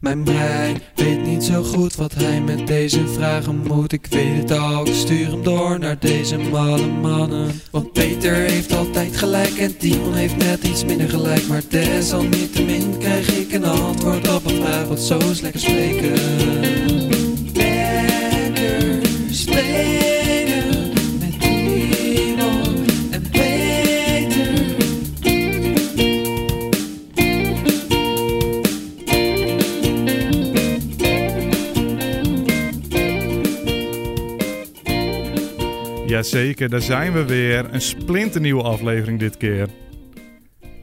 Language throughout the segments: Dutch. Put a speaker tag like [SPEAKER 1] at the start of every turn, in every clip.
[SPEAKER 1] Mijn brein weet niet zo goed wat hij met deze vragen moet. Ik weet het al, ik stuur hem door naar deze malle mannen. Want Peter heeft altijd gelijk en Timon heeft net iets minder gelijk. Maar desalniettemin krijg ik een antwoord op een vraag wat zo is lekker spreken. Lekker spreken met Timon en Peter.
[SPEAKER 2] Jazeker, daar zijn we weer. Een splinternieuwe aflevering dit keer.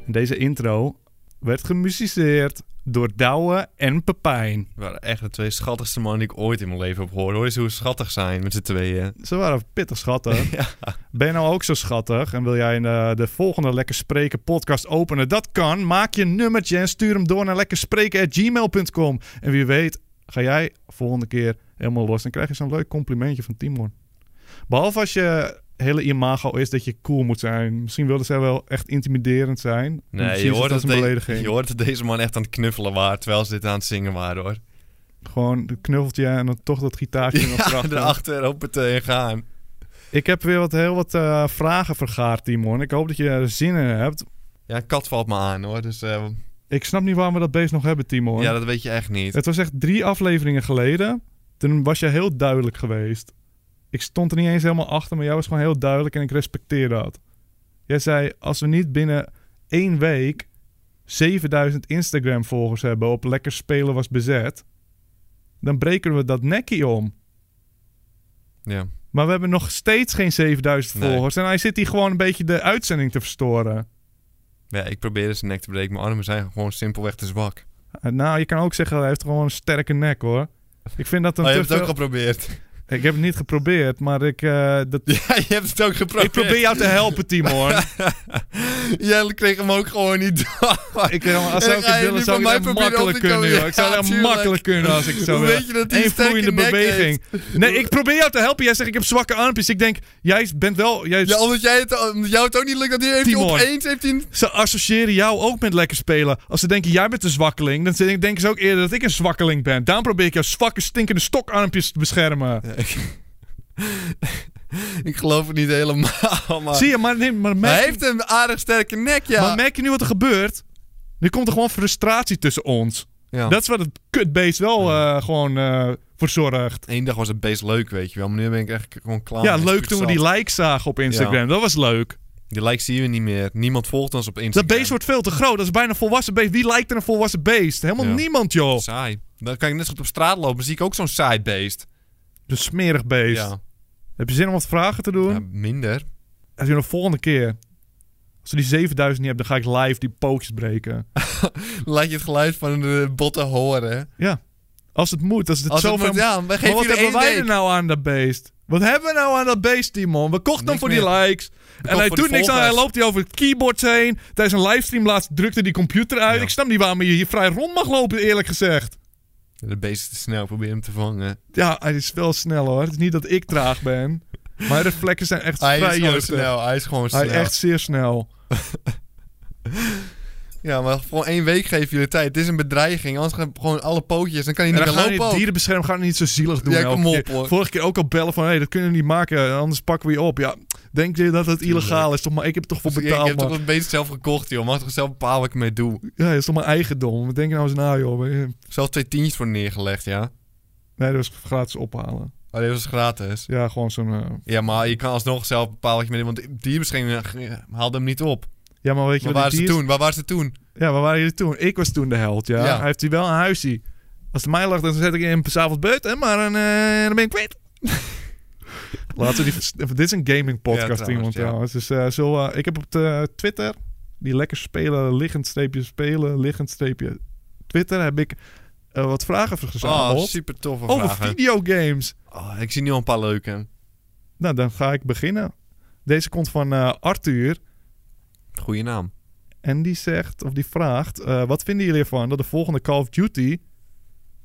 [SPEAKER 2] En Deze intro werd gemusiceerd door Douwe en Pepijn.
[SPEAKER 3] We waren echt de twee schattigste mannen die ik ooit in mijn leven heb gehoord. Hoor eens hoe schattig zijn met z'n tweeën.
[SPEAKER 2] Ze waren pittig schattig.
[SPEAKER 3] Ja.
[SPEAKER 2] Ben je nou ook zo schattig en wil jij eh, de volgende Lekker Spreken podcast openen? Dat kan. Maak je een nummertje en stuur hem door naar lekkerspreken.gmail.com. En wie weet ga jij volgende keer helemaal los en krijg je zo'n leuk complimentje van Timon. Behalve als je hele imago is dat je cool moet zijn. Misschien wilden zij wel echt intimiderend zijn. En
[SPEAKER 3] Nee,
[SPEAKER 2] misschien
[SPEAKER 3] je
[SPEAKER 2] is
[SPEAKER 3] hoort,
[SPEAKER 2] dat
[SPEAKER 3] dat
[SPEAKER 2] als een belediging.
[SPEAKER 3] je hoort dat deze man echt aan het knuffelen waren terwijl ze dit aan het zingen waren hoor.
[SPEAKER 2] Gewoon een knuffeltje en dan toch dat gitaartje nog
[SPEAKER 3] Ja,
[SPEAKER 2] erachter.
[SPEAKER 3] erachter op het eh, gaan.
[SPEAKER 2] Ik heb weer wat, heel wat eh, vragen vergaard, Timon. Ik hoop dat je er zin in hebt.
[SPEAKER 3] Ja, een kat valt me aan hoor. Dus eh,
[SPEAKER 2] Ik snap niet waarom we dat beest nog hebben, Timon.
[SPEAKER 3] ja, dat weet je echt niet.
[SPEAKER 2] Het was echt drie afleveringen geleden. Toen was je heel duidelijk geweest. Ik stond er niet eens helemaal achter, maar jij was gewoon heel duidelijk en ik respecteer dat. Jij zei, als we niet binnen één week 7000 Instagram-volgers hebben op Lekker Spelen was bezet, dan breken we dat nekkie om.
[SPEAKER 3] Ja.
[SPEAKER 2] Maar we hebben nog steeds geen 7000
[SPEAKER 3] Nee.
[SPEAKER 2] volgers en hij zit hier gewoon een beetje de uitzending te verstoren.
[SPEAKER 3] ja, ik probeerde zijn nek te breken. Mijn armen zijn gewoon simpelweg te zwak.
[SPEAKER 2] Uh, Nou, je kan ook zeggen, hij heeft gewoon een sterke nek hoor. Ik vind dat een
[SPEAKER 3] Oh, je
[SPEAKER 2] te
[SPEAKER 3] hebt het ook
[SPEAKER 2] veel-
[SPEAKER 3] geprobeerd.
[SPEAKER 2] Ik heb het niet geprobeerd, maar ik, eh, dat...
[SPEAKER 3] Ja, je hebt het ook geprobeerd.
[SPEAKER 2] ik probeer jou te helpen, Timon.
[SPEAKER 3] Jij kreeg hem ook gewoon niet door.
[SPEAKER 2] ik, eh, als
[SPEAKER 3] En
[SPEAKER 2] zou ik
[SPEAKER 3] ga
[SPEAKER 2] het
[SPEAKER 3] je
[SPEAKER 2] willen,
[SPEAKER 3] nu
[SPEAKER 2] zou ik
[SPEAKER 3] bij
[SPEAKER 2] het echt
[SPEAKER 3] mij proberen
[SPEAKER 2] makkelijk
[SPEAKER 3] op te
[SPEAKER 2] kunnen.
[SPEAKER 3] komen?
[SPEAKER 2] joh. Ik zou
[SPEAKER 3] Ja,
[SPEAKER 2] het echt
[SPEAKER 3] tuurlijk.
[SPEAKER 2] makkelijk kunnen als ik het zou
[SPEAKER 3] Hoe
[SPEAKER 2] willen.
[SPEAKER 3] weet je dat hij een
[SPEAKER 2] Eén
[SPEAKER 3] sterke
[SPEAKER 2] vloeiende
[SPEAKER 3] nek
[SPEAKER 2] beweging. Nee, ik probeer jou te helpen. Jij zegt, ik heb zwakke armpjes. Ik denk, jij bent wel... Jij...
[SPEAKER 3] Ja, omdat, jij het, omdat jou het ook niet lukt, dat hij heeft hij
[SPEAKER 2] Timon.
[SPEAKER 3] opeens heeft hij een
[SPEAKER 2] Ze associëren jou ook met lekker spelen. Als ze denken, jij bent een zwakkeling, dan denk- denken ze ook eerder dat ik een zwakkeling ben. Daarom probeer ik jouw zwakke, stinkende stokarmpjes te beschermen.
[SPEAKER 3] Ik geloof het niet helemaal, maar...
[SPEAKER 2] Zie je, maar, nee, maar
[SPEAKER 3] hij
[SPEAKER 2] merk-
[SPEAKER 3] heeft een aardig sterke nek, ja.
[SPEAKER 2] Maar merk je nu wat er gebeurt? Nu komt er gewoon frustratie tussen ons.
[SPEAKER 3] ja.
[SPEAKER 2] Dat is wat het kutbeest wel eh, gewoon eh, voor zorgt.
[SPEAKER 3] Eén dag was het best leuk, weet je wel. Maar nu ben ik echt gewoon klaar.
[SPEAKER 2] ja,
[SPEAKER 3] met
[SPEAKER 2] leuk
[SPEAKER 3] het
[SPEAKER 2] toen we die
[SPEAKER 3] zat.
[SPEAKER 2] likes zagen op Instagram. Dat was leuk.
[SPEAKER 3] Die likes zien we niet meer. Niemand volgt ons op
[SPEAKER 2] Dat
[SPEAKER 3] Instagram.
[SPEAKER 2] beest wordt veel te groot. Dat is bijna een volwassen beest. Wie lijkt er een volwassen beest? Helemaal
[SPEAKER 3] Ja.
[SPEAKER 2] niemand, joh.
[SPEAKER 3] Saai. Dan kan ik net zo goed op straat lopen. Dan zie ik ook zo'n saai beest.
[SPEAKER 2] Een smerig beest.
[SPEAKER 3] Ja.
[SPEAKER 2] Heb je zin om wat vragen te doen?
[SPEAKER 3] Ja, minder.
[SPEAKER 2] Als je de volgende keer... Als we die 7000 niet hebben, dan ga ik live die pootjes breken.
[SPEAKER 3] Laat je het geluid van de botten horen.
[SPEAKER 2] ja. Als het moet. Als het
[SPEAKER 3] Als het
[SPEAKER 2] zoveel...
[SPEAKER 3] moet, ja, we
[SPEAKER 2] Maar
[SPEAKER 3] geven
[SPEAKER 2] wat
[SPEAKER 3] jullie
[SPEAKER 2] hebben
[SPEAKER 3] één
[SPEAKER 2] wij er
[SPEAKER 3] week.
[SPEAKER 2] nou aan dat beest? Wat hebben we nou aan dat beest, Timon? We kochten hem
[SPEAKER 3] Niks
[SPEAKER 2] voor die likes. En
[SPEAKER 3] kocht
[SPEAKER 2] hij
[SPEAKER 3] voor die
[SPEAKER 2] doet niks aan. Hij
[SPEAKER 3] volgers.
[SPEAKER 2] loopt hier over het keyboard heen. Tijdens een livestream laatst drukte die computer uit.
[SPEAKER 3] Ja.
[SPEAKER 2] Ik snap niet waarom je hier vrij rond mag lopen, eerlijk gezegd.
[SPEAKER 3] De beest is te snel, probeer hem te vangen.
[SPEAKER 2] Ja, hij is wel snel hoor. Het is niet dat ik traag ben. Maar de vlekken zijn echt
[SPEAKER 3] Hij is
[SPEAKER 2] vrij
[SPEAKER 3] gewoon
[SPEAKER 2] jeugdig.
[SPEAKER 3] snel, hij is gewoon
[SPEAKER 2] Hij
[SPEAKER 3] snel.
[SPEAKER 2] is echt zeer snel.
[SPEAKER 3] Ja, maar voor één week geven jullie tijd. Het is een bedreiging, anders gaan gewoon alle pootjes. Dan kan hij
[SPEAKER 2] En
[SPEAKER 3] niet
[SPEAKER 2] dan
[SPEAKER 3] meer
[SPEAKER 2] gaan die
[SPEAKER 3] lopen. ook.
[SPEAKER 2] dierenbescherming gaan niet zo zielig doen.
[SPEAKER 3] Ja,
[SPEAKER 2] elke
[SPEAKER 3] kom op,
[SPEAKER 2] keer.
[SPEAKER 3] hoor.
[SPEAKER 2] Vorige keer ook al bellen van... Hé, dat kunnen we niet maken. Anders pakken we je op. Ja, denk je dat het
[SPEAKER 3] Tuurlijk.
[SPEAKER 2] illegaal is? Toch maar ik heb het toch voor
[SPEAKER 3] Dus Ik
[SPEAKER 2] betaald,
[SPEAKER 3] heb
[SPEAKER 2] man.
[SPEAKER 3] toch een beetje zelf gekocht, joh. Mag toch zelf bepalen wat ik mee doe.
[SPEAKER 2] Ja, dat is toch mijn eigendom. Wat denk je nou eens na, joh? Nee,
[SPEAKER 3] Zelf twee tientjes voor neergelegd, ja.
[SPEAKER 2] dat was gratis ophalen.
[SPEAKER 3] Oh, dit was gratis.
[SPEAKER 2] Ja, gewoon zo'n... eh,
[SPEAKER 3] Ja, maar je kan alsnog zelf bepalen wat je mee doet. Want dierbescherming eh, haalde hem niet op.
[SPEAKER 2] Ja, maar weet je
[SPEAKER 3] Waar
[SPEAKER 2] wat
[SPEAKER 3] waren
[SPEAKER 2] die
[SPEAKER 3] ze
[SPEAKER 2] is?
[SPEAKER 3] toen? Waar waren ze toen?
[SPEAKER 2] Ja, waar waren jullie toen? Ik was toen de held, ja.
[SPEAKER 3] Ja.
[SPEAKER 2] Hij heeft hier wel een huisje. Als het mij lag, dan zet ik hem s'avonds buiten. Maar dan, eh, dan ben ik kwijt. Laten we die... vers- Dit is een gaming podcast,
[SPEAKER 3] Ja, trouwens,
[SPEAKER 2] iemand
[SPEAKER 3] ja.
[SPEAKER 2] trouwens. Dus, eh, zo, eh, ik heb op de Twitter... Die lekker spelen, liggend streepje spelen, liggend streepje Twitter... heb ik eh, wat vragen
[SPEAKER 3] Oh,
[SPEAKER 2] verzameld
[SPEAKER 3] super toffe
[SPEAKER 2] over
[SPEAKER 3] vragen.
[SPEAKER 2] videogames.
[SPEAKER 3] Oh, ik zie nu al een paar leuke.
[SPEAKER 2] Nou, dan ga ik beginnen. Deze komt van eh, Arthur.
[SPEAKER 3] Goeie naam.
[SPEAKER 2] En die zegt, of die vraagt... eh, wat vinden jullie ervan dat de volgende Call of Duty...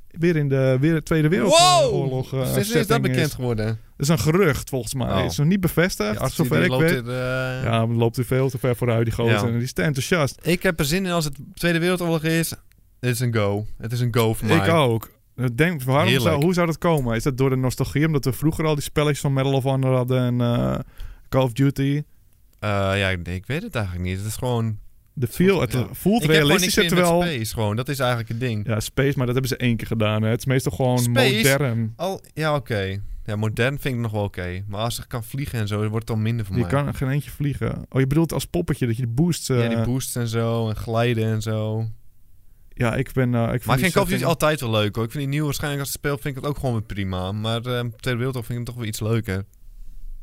[SPEAKER 2] weer in de weer Tweede Wereldoorlog eh,
[SPEAKER 3] Sinds wanneer Dus is dat
[SPEAKER 2] setting
[SPEAKER 3] bekend
[SPEAKER 2] is?
[SPEAKER 3] geworden?
[SPEAKER 2] Dat is een gerucht, volgens mij.
[SPEAKER 3] Oh.
[SPEAKER 2] is nog niet bevestigd,
[SPEAKER 3] Ja, Arthur,
[SPEAKER 2] zover
[SPEAKER 3] die
[SPEAKER 2] ik
[SPEAKER 3] loopt
[SPEAKER 2] weet.
[SPEAKER 3] dit, eh,
[SPEAKER 2] Ja, maar loopt hij veel te ver vooruit, die gozer.
[SPEAKER 3] Ja.
[SPEAKER 2] En die is te enthousiast.
[SPEAKER 3] Ik heb er zin in als het Tweede Wereldoorlog is. Het is een go. Het is een go voor mij.
[SPEAKER 2] Ik ook. Ik Denk, waarom
[SPEAKER 3] Heerlijk.
[SPEAKER 2] zou, hoe zou dat komen? Is dat door de nostalgie? Omdat we vroeger al die spelletjes van Medal of Honor hadden en eh, Call of Duty.
[SPEAKER 3] Eh, ja, ik, ik weet het eigenlijk niet. Het is gewoon...
[SPEAKER 2] De feel, het
[SPEAKER 3] Ja.
[SPEAKER 2] voelt
[SPEAKER 3] ik heb gewoon niks
[SPEAKER 2] realistischer
[SPEAKER 3] meer met
[SPEAKER 2] terwijl...
[SPEAKER 3] space gewoon. Dat is eigenlijk het ding.
[SPEAKER 2] Ja, Space, maar dat hebben ze één keer gedaan. Hè. Het is meestal gewoon
[SPEAKER 3] Space?
[SPEAKER 2] modern.
[SPEAKER 3] Al, ja, oké. Ja, modern vind ik nog wel oké. Maar als ik kan vliegen en zo, wordt het dan minder voor
[SPEAKER 2] Je
[SPEAKER 3] mij.
[SPEAKER 2] kan geen eentje vliegen. Oh, je bedoelt als poppetje dat je de boost... eh,
[SPEAKER 3] ja, die boosts en zo, en glijden en zo.
[SPEAKER 2] ja, ik ben... eh, ik
[SPEAKER 3] maar
[SPEAKER 2] vind
[SPEAKER 3] ik
[SPEAKER 2] die
[SPEAKER 3] vind Call of Duty
[SPEAKER 2] setting-
[SPEAKER 3] altijd wel leuk hoor. Ik vind die nieuwe waarschijnlijk als het speelt, vind ik het ook gewoon weer prima. Maar eh Tweede Wereldoorlog vind ik hem toch wel iets leuker.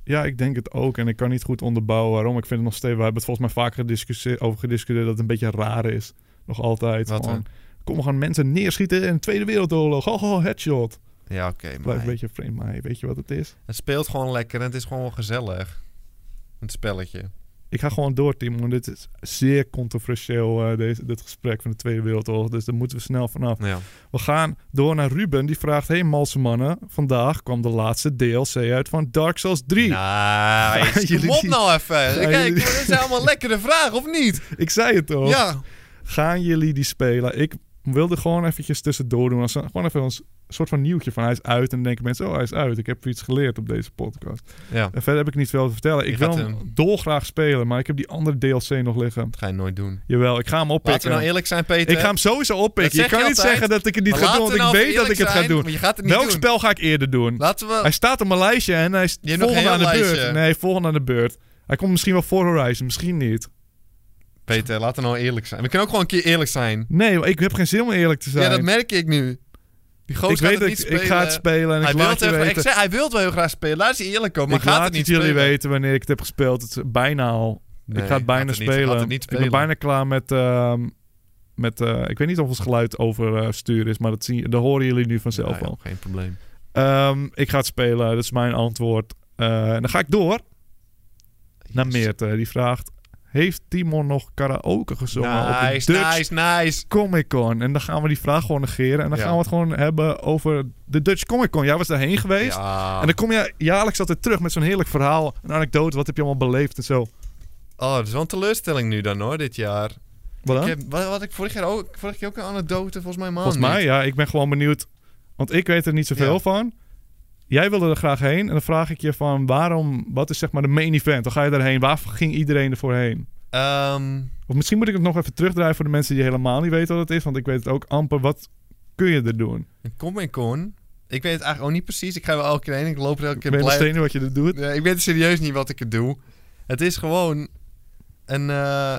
[SPEAKER 2] Ja, ik denk het ook. En ik kan niet goed onderbouwen waarom. Ik vind het nog steeds... We hebben het volgens mij vaker gediscussieerd- over gediscussieerd dat het een beetje raar is. Nog altijd.
[SPEAKER 3] Wat
[SPEAKER 2] gewoon, kom, we gaan mensen neerschieten in de Tweede Wereldoorlog. Oh, oh headshot.
[SPEAKER 3] Ja, oké. maar
[SPEAKER 2] Blijf een beetje vreemd, maar hey, weet je wat het is?
[SPEAKER 3] Het speelt gewoon lekker en het is gewoon wel gezellig. Het spelletje.
[SPEAKER 2] Ik ga gewoon door, Tim. Want dit is zeer controversieel, eh, deze, dit gesprek van de Tweede Wereldoorlog. Dus daar moeten we snel vanaf.
[SPEAKER 3] Ja.
[SPEAKER 2] We gaan door naar Ruben. Die vraagt: Hey Malse mannen, vandaag kwam de laatste DLC uit van Dark Souls 3.
[SPEAKER 3] Nou. Nice.
[SPEAKER 2] jullie
[SPEAKER 3] Kom op
[SPEAKER 2] die-
[SPEAKER 3] nou even.
[SPEAKER 2] Gaan
[SPEAKER 3] Kijk,
[SPEAKER 2] jullie-
[SPEAKER 3] dit zijn allemaal lekkere vragen, of niet?
[SPEAKER 2] Ik zei het al.
[SPEAKER 3] Ja.
[SPEAKER 2] Gaan jullie die spelen? Ik wilde gewoon eventjes tussendoor doen. Als, een- gewoon even als een soort van nieuwtje van hij is uit. En dan denken mensen: Oh, hij is uit. Ik heb iets geleerd op deze podcast.
[SPEAKER 3] Ja,
[SPEAKER 2] En verder heb ik niet veel te vertellen.
[SPEAKER 3] Je
[SPEAKER 2] Ik wil
[SPEAKER 3] gaat
[SPEAKER 2] hem dolgraag spelen, maar ik heb die andere DLC nog liggen.
[SPEAKER 3] dat ga je nooit doen.
[SPEAKER 2] Jawel, ik ga hem
[SPEAKER 3] Laten we
[SPEAKER 2] oppikken.
[SPEAKER 3] nou eerlijk zijn, Peter.
[SPEAKER 2] ik ga hem sowieso
[SPEAKER 3] Dat
[SPEAKER 2] oppikken. Je
[SPEAKER 3] zeg je
[SPEAKER 2] kan niet
[SPEAKER 3] altijd.
[SPEAKER 2] zeggen dat ik het niet
[SPEAKER 3] Maar
[SPEAKER 2] ga doen,
[SPEAKER 3] laten
[SPEAKER 2] want
[SPEAKER 3] we
[SPEAKER 2] ik
[SPEAKER 3] nou
[SPEAKER 2] weet dat ik
[SPEAKER 3] eerlijk
[SPEAKER 2] het ga
[SPEAKER 3] zijn,
[SPEAKER 2] doen.
[SPEAKER 3] maar je gaat het niet
[SPEAKER 2] Welk
[SPEAKER 3] doen.
[SPEAKER 2] spel ga ik eerder doen?
[SPEAKER 3] Laten we...
[SPEAKER 2] Hij staat op mijn lijstje en hij is
[SPEAKER 3] Je hebt nog
[SPEAKER 2] volgende aan
[SPEAKER 3] een
[SPEAKER 2] de
[SPEAKER 3] heel
[SPEAKER 2] beurt.
[SPEAKER 3] lijstje.
[SPEAKER 2] Nee, volgende aan de beurt. Hij komt misschien wel voor Horizon, misschien niet.
[SPEAKER 3] Peter, laten we nou eerlijk zijn. We kunnen ook gewoon een keer eerlijk zijn.
[SPEAKER 2] Nee, maar ik heb geen zin om eerlijk te zijn.
[SPEAKER 3] Ja, dat merk ik nu. Die gozer
[SPEAKER 2] ik
[SPEAKER 3] gaat
[SPEAKER 2] weet
[SPEAKER 3] het
[SPEAKER 2] dat
[SPEAKER 3] niet
[SPEAKER 2] ik,
[SPEAKER 3] spelen.
[SPEAKER 2] ik ga het spelen en
[SPEAKER 3] hij
[SPEAKER 2] ik
[SPEAKER 3] wil
[SPEAKER 2] laat
[SPEAKER 3] het
[SPEAKER 2] je
[SPEAKER 3] even,
[SPEAKER 2] weten.
[SPEAKER 3] ik zeg, hij wil het wel heel graag spelen. Laat ze eerlijk komen, maar
[SPEAKER 2] ik
[SPEAKER 3] gaat
[SPEAKER 2] laat
[SPEAKER 3] het niet
[SPEAKER 2] jullie
[SPEAKER 3] spelen.
[SPEAKER 2] weten wanneer ik het heb gespeeld. Het is bijna al.
[SPEAKER 3] Nee,
[SPEAKER 2] ik ga het bijna
[SPEAKER 3] gaat het niet-
[SPEAKER 2] spelen.
[SPEAKER 3] gaat het niet
[SPEAKER 2] Ik
[SPEAKER 3] spelen.
[SPEAKER 2] ben bijna klaar met... ehm, met eh, ik weet niet of ons geluid overstuur is, maar dat, zien, dat horen jullie nu vanzelf
[SPEAKER 3] Nou ja,
[SPEAKER 2] al.
[SPEAKER 3] Geen probleem.
[SPEAKER 2] Ehm, ik ga het spelen, dat is mijn antwoord. Eh, en dan ga ik door naar
[SPEAKER 3] Yes.
[SPEAKER 2] Meerte. Die vraagt, heeft Timon nog karaoke gezongen op de
[SPEAKER 3] Nice,
[SPEAKER 2] Dutch
[SPEAKER 3] nice, nice.
[SPEAKER 2] Comic Con. En dan gaan we die vraag gewoon negeren. En dan
[SPEAKER 3] Ja.
[SPEAKER 2] gaan we het gewoon hebben over de Dutch Comic Con. Jij was daarheen geweest.
[SPEAKER 3] Ja.
[SPEAKER 2] En dan kom je jaarlijks altijd terug met zo'n heerlijk verhaal. Een anekdote. Wat heb je allemaal beleefd en zo.
[SPEAKER 3] Oh, dat is wel een teleurstelling nu dan hoor, dit jaar.
[SPEAKER 2] Wat dan?
[SPEAKER 3] Ik heb, wat, wat ik vorig jaar ook, vorig jaar ook een anekdote volgens mij man.
[SPEAKER 2] Volgens mij, ja. Ik ben gewoon benieuwd. Want ik weet er niet zoveel
[SPEAKER 3] Ja.
[SPEAKER 2] van. Jij wilde er graag heen. En dan vraag ik je van waarom... Wat is zeg maar de main event? Dan ga je daarheen. Waar ging iedereen ervoor heen?
[SPEAKER 3] Ehm,
[SPEAKER 2] Of misschien moet ik het nog even terugdraaien voor de mensen die helemaal niet weten wat het is. Want ik weet het ook amper. Wat kun je er doen?
[SPEAKER 3] een Comic Con. Ik weet het eigenlijk ook niet precies. Ik ga er wel elke keer heen. Ik loop er elke
[SPEAKER 2] Ik
[SPEAKER 3] keer
[SPEAKER 2] weet nog
[SPEAKER 3] blij-
[SPEAKER 2] steeds niet wat je er doet.
[SPEAKER 3] Nee, ik weet serieus niet wat ik het doe. Het is gewoon een. eh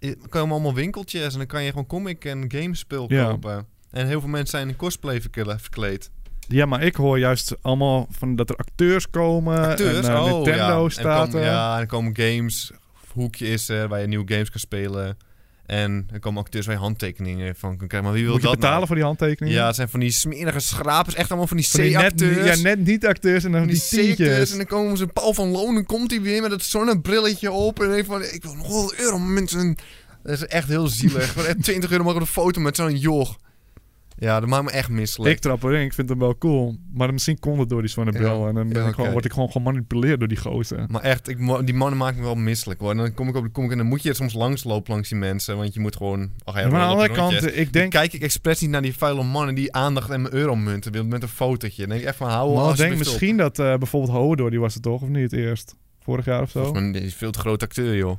[SPEAKER 3] er komen allemaal winkeltjes en dan kan je gewoon comic en gamespul
[SPEAKER 2] Ja.
[SPEAKER 3] kopen. En heel veel mensen zijn in cosplay verkle- verkleed.
[SPEAKER 2] Ja, maar ik hoor juist allemaal van dat er acteurs komen.
[SPEAKER 3] Acteurs,
[SPEAKER 2] en, eh,
[SPEAKER 3] oh,
[SPEAKER 2] Nintendo
[SPEAKER 3] ja.
[SPEAKER 2] staat
[SPEAKER 3] En kom-
[SPEAKER 2] er.
[SPEAKER 3] ja, en er komen games, hoekje is er, waar je nieuwe games kan spelen. En er komen acteurs waar je handtekeningen van kan krijgen. Maar wie wil
[SPEAKER 2] Moet je
[SPEAKER 3] dat
[SPEAKER 2] betalen
[SPEAKER 3] nou?
[SPEAKER 2] voor die handtekeningen?
[SPEAKER 3] Ja, het zijn van die smerige schrapers. Echt allemaal van die
[SPEAKER 2] Van die net,
[SPEAKER 3] C-acteurs.
[SPEAKER 2] ja, net niet acteurs en dan
[SPEAKER 3] Van
[SPEAKER 2] die
[SPEAKER 3] die circus. En
[SPEAKER 2] tientjes.
[SPEAKER 3] dan komen ze, Paul van Lonen komt hij weer met dat zonnebrilletje op. En heeft van, ik wil nog wel euro, mensen. Dat is echt heel zielig. Gewoon echt 20 euro mag op een foto met zo'n joch. Ja, dat maakt me echt misselijk.
[SPEAKER 2] Ik trap erin, ik vind hem wel cool. Maar misschien komt het door die zwarte
[SPEAKER 3] Ja.
[SPEAKER 2] bril. En dan ben
[SPEAKER 3] Ja,
[SPEAKER 2] ik gewoon,
[SPEAKER 3] oké.
[SPEAKER 2] word ik gewoon gemanipuleerd door die gozer.
[SPEAKER 3] Maar echt, ik, mo- die mannen maken me wel misselijk hoor. En dan kom ik op de kom en dan moet je er soms langs lopen langs die mensen. Want je moet gewoon... Ach, ja,
[SPEAKER 2] maar aan de andere
[SPEAKER 3] rondjes.
[SPEAKER 2] kant, ik
[SPEAKER 3] Dan
[SPEAKER 2] denk...
[SPEAKER 3] kijk ik expres niet naar die vuile mannen die aandacht en mijn euromunten willen met een fotootje. Dan denk ik echt van, hou
[SPEAKER 2] Maar ik denk
[SPEAKER 3] alsjeblieft op.
[SPEAKER 2] misschien dat eh, bijvoorbeeld Hodor, die was het toch? Of niet eerst? Vorig jaar of zo?
[SPEAKER 3] Volgens mij, die is veel te groot acteur joh.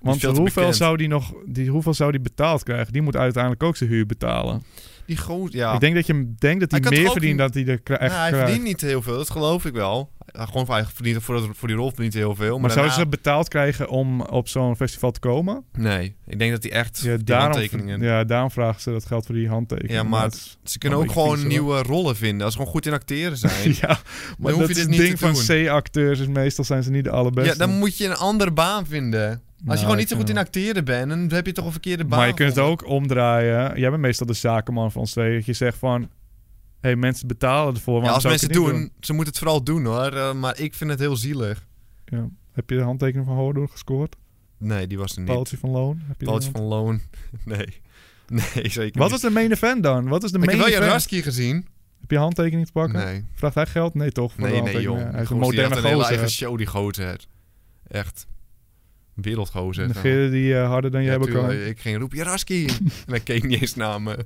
[SPEAKER 2] Want
[SPEAKER 3] veel te
[SPEAKER 2] hoeveel
[SPEAKER 3] bekend.
[SPEAKER 2] zou, die nog, die, hoeveel zou die betaald krijgen? Die moet uiteindelijk ook zijn huur betalen.
[SPEAKER 3] Die goot, ja.
[SPEAKER 2] Ik denk dat, je, denk dat hij,
[SPEAKER 3] Hij kan
[SPEAKER 2] meer
[SPEAKER 3] toch ook
[SPEAKER 2] verdient dan
[SPEAKER 3] niet-
[SPEAKER 2] hij er kri- echt eh,
[SPEAKER 3] Nou, hij
[SPEAKER 2] krijgt.
[SPEAKER 3] verdient niet heel veel, dat geloof ik wel. Hij, gewoon, hij verdient voor, dat- voor die rol verdient hij heel veel. Maar,
[SPEAKER 2] Maar zouden ze
[SPEAKER 3] daarna-
[SPEAKER 2] betaald krijgen om op zo'n festival te komen?
[SPEAKER 3] Nee, ik denk dat hij echt
[SPEAKER 2] Ja,
[SPEAKER 3] die handtekeningen...
[SPEAKER 2] ja, daarom vragen ze dat geld voor die handtekeningen.
[SPEAKER 3] Ja, maar
[SPEAKER 2] het is-
[SPEAKER 3] Ze kunnen
[SPEAKER 2] Oh,
[SPEAKER 3] ook
[SPEAKER 2] ik
[SPEAKER 3] gewoon
[SPEAKER 2] vies, hoor.
[SPEAKER 3] nieuwe rollen vinden. Als ze gewoon goed in acteren zijn.
[SPEAKER 2] ja, maar dat
[SPEAKER 3] hoef je
[SPEAKER 2] is
[SPEAKER 3] dit
[SPEAKER 2] het
[SPEAKER 3] niet
[SPEAKER 2] ding
[SPEAKER 3] te
[SPEAKER 2] van
[SPEAKER 3] doen.
[SPEAKER 2] C-acteurs. Is meestal zijn ze niet de allerbeste.
[SPEAKER 3] ja, dan moet je een andere baan vinden. Als
[SPEAKER 2] Nou,
[SPEAKER 3] je gewoon
[SPEAKER 2] ik
[SPEAKER 3] niet zo goed
[SPEAKER 2] vind
[SPEAKER 3] in
[SPEAKER 2] wel.
[SPEAKER 3] acteren bent, dan heb je toch een verkeerde baan.
[SPEAKER 2] Maar je kunt het
[SPEAKER 3] gevonden.
[SPEAKER 2] ook omdraaien. Jij bent meestal de zakenman van ons twee. Dat je zegt van... Hé, hey, mensen betalen ervoor.
[SPEAKER 3] Ja,
[SPEAKER 2] waarom
[SPEAKER 3] als
[SPEAKER 2] zou
[SPEAKER 3] mensen
[SPEAKER 2] ik het
[SPEAKER 3] doen,
[SPEAKER 2] niet
[SPEAKER 3] ze moeten het vooral doen hoor. Eh, maar ik vind het heel zielig.
[SPEAKER 2] doen? Ja. Heb je de handtekening van Hoordoor gescoord?
[SPEAKER 3] Nee, die was er niet.
[SPEAKER 2] Paaltje van Loon? Heb je die
[SPEAKER 3] Paaltje
[SPEAKER 2] hand-
[SPEAKER 3] van Loon. Nee. Nee, zeker
[SPEAKER 2] Wat
[SPEAKER 3] niet.
[SPEAKER 2] was de main event dan? Wat is de
[SPEAKER 3] Ik heb
[SPEAKER 2] main
[SPEAKER 3] wel
[SPEAKER 2] event?
[SPEAKER 3] Jaraski gezien.
[SPEAKER 2] Heb je handtekening te pakken?
[SPEAKER 3] Nee.
[SPEAKER 2] Vraagt hij geld? Nee, toch? voor de
[SPEAKER 3] Nee, nee,
[SPEAKER 2] handtekening?
[SPEAKER 3] joh.
[SPEAKER 2] Ja,
[SPEAKER 3] Die
[SPEAKER 2] Hij is een
[SPEAKER 3] gozer, die had
[SPEAKER 2] moderne
[SPEAKER 3] een hele
[SPEAKER 2] gozer.
[SPEAKER 3] eigen show, die gozer. Echt. Wereldgozer.
[SPEAKER 2] Negeerde die eh, harder dan jij
[SPEAKER 3] Ja,
[SPEAKER 2] hebben kan.
[SPEAKER 3] tuurlijk. Ik ging roepen, Jaraski. en hij keek niet eens naar me. eh,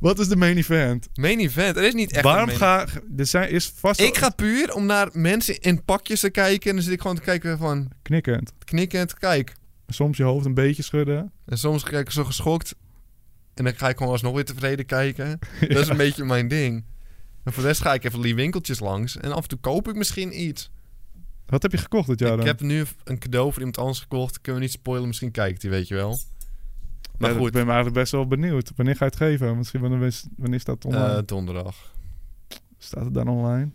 [SPEAKER 2] Wat is de main event?
[SPEAKER 3] Main event. Er is niet echt
[SPEAKER 2] Waarom
[SPEAKER 3] een
[SPEAKER 2] ga...
[SPEAKER 3] main
[SPEAKER 2] Er zijn, is vast...
[SPEAKER 3] Ik ga puur om naar mensen in pakjes te kijken. En dan zit ik gewoon te kijken van
[SPEAKER 2] Knikkend.
[SPEAKER 3] knikkend, kijk.
[SPEAKER 2] Soms je hoofd een beetje schudden.
[SPEAKER 3] En soms kijk ik zo geschokt. En dan ga ik gewoon alsnog weer tevreden kijken. Dat is een beetje mijn ding. En voor de rest ga ik even die winkeltjes langs. En af en toe koop ik misschien iets.
[SPEAKER 2] Wat heb je gekocht dit jaar
[SPEAKER 3] ik
[SPEAKER 2] dan?
[SPEAKER 3] heb nu een cadeau voor iemand anders gekocht. Kunnen we niet spoilen, misschien kijkt hij, weet je wel.
[SPEAKER 2] Ja,
[SPEAKER 3] Maar
[SPEAKER 2] dat-
[SPEAKER 3] goed,
[SPEAKER 2] Ik ben me eigenlijk best wel benieuwd. Wanneer ga je het geven? Misschien wanneer, is- wanneer staat het online?
[SPEAKER 3] eh, donderdag.
[SPEAKER 2] staat het dan online?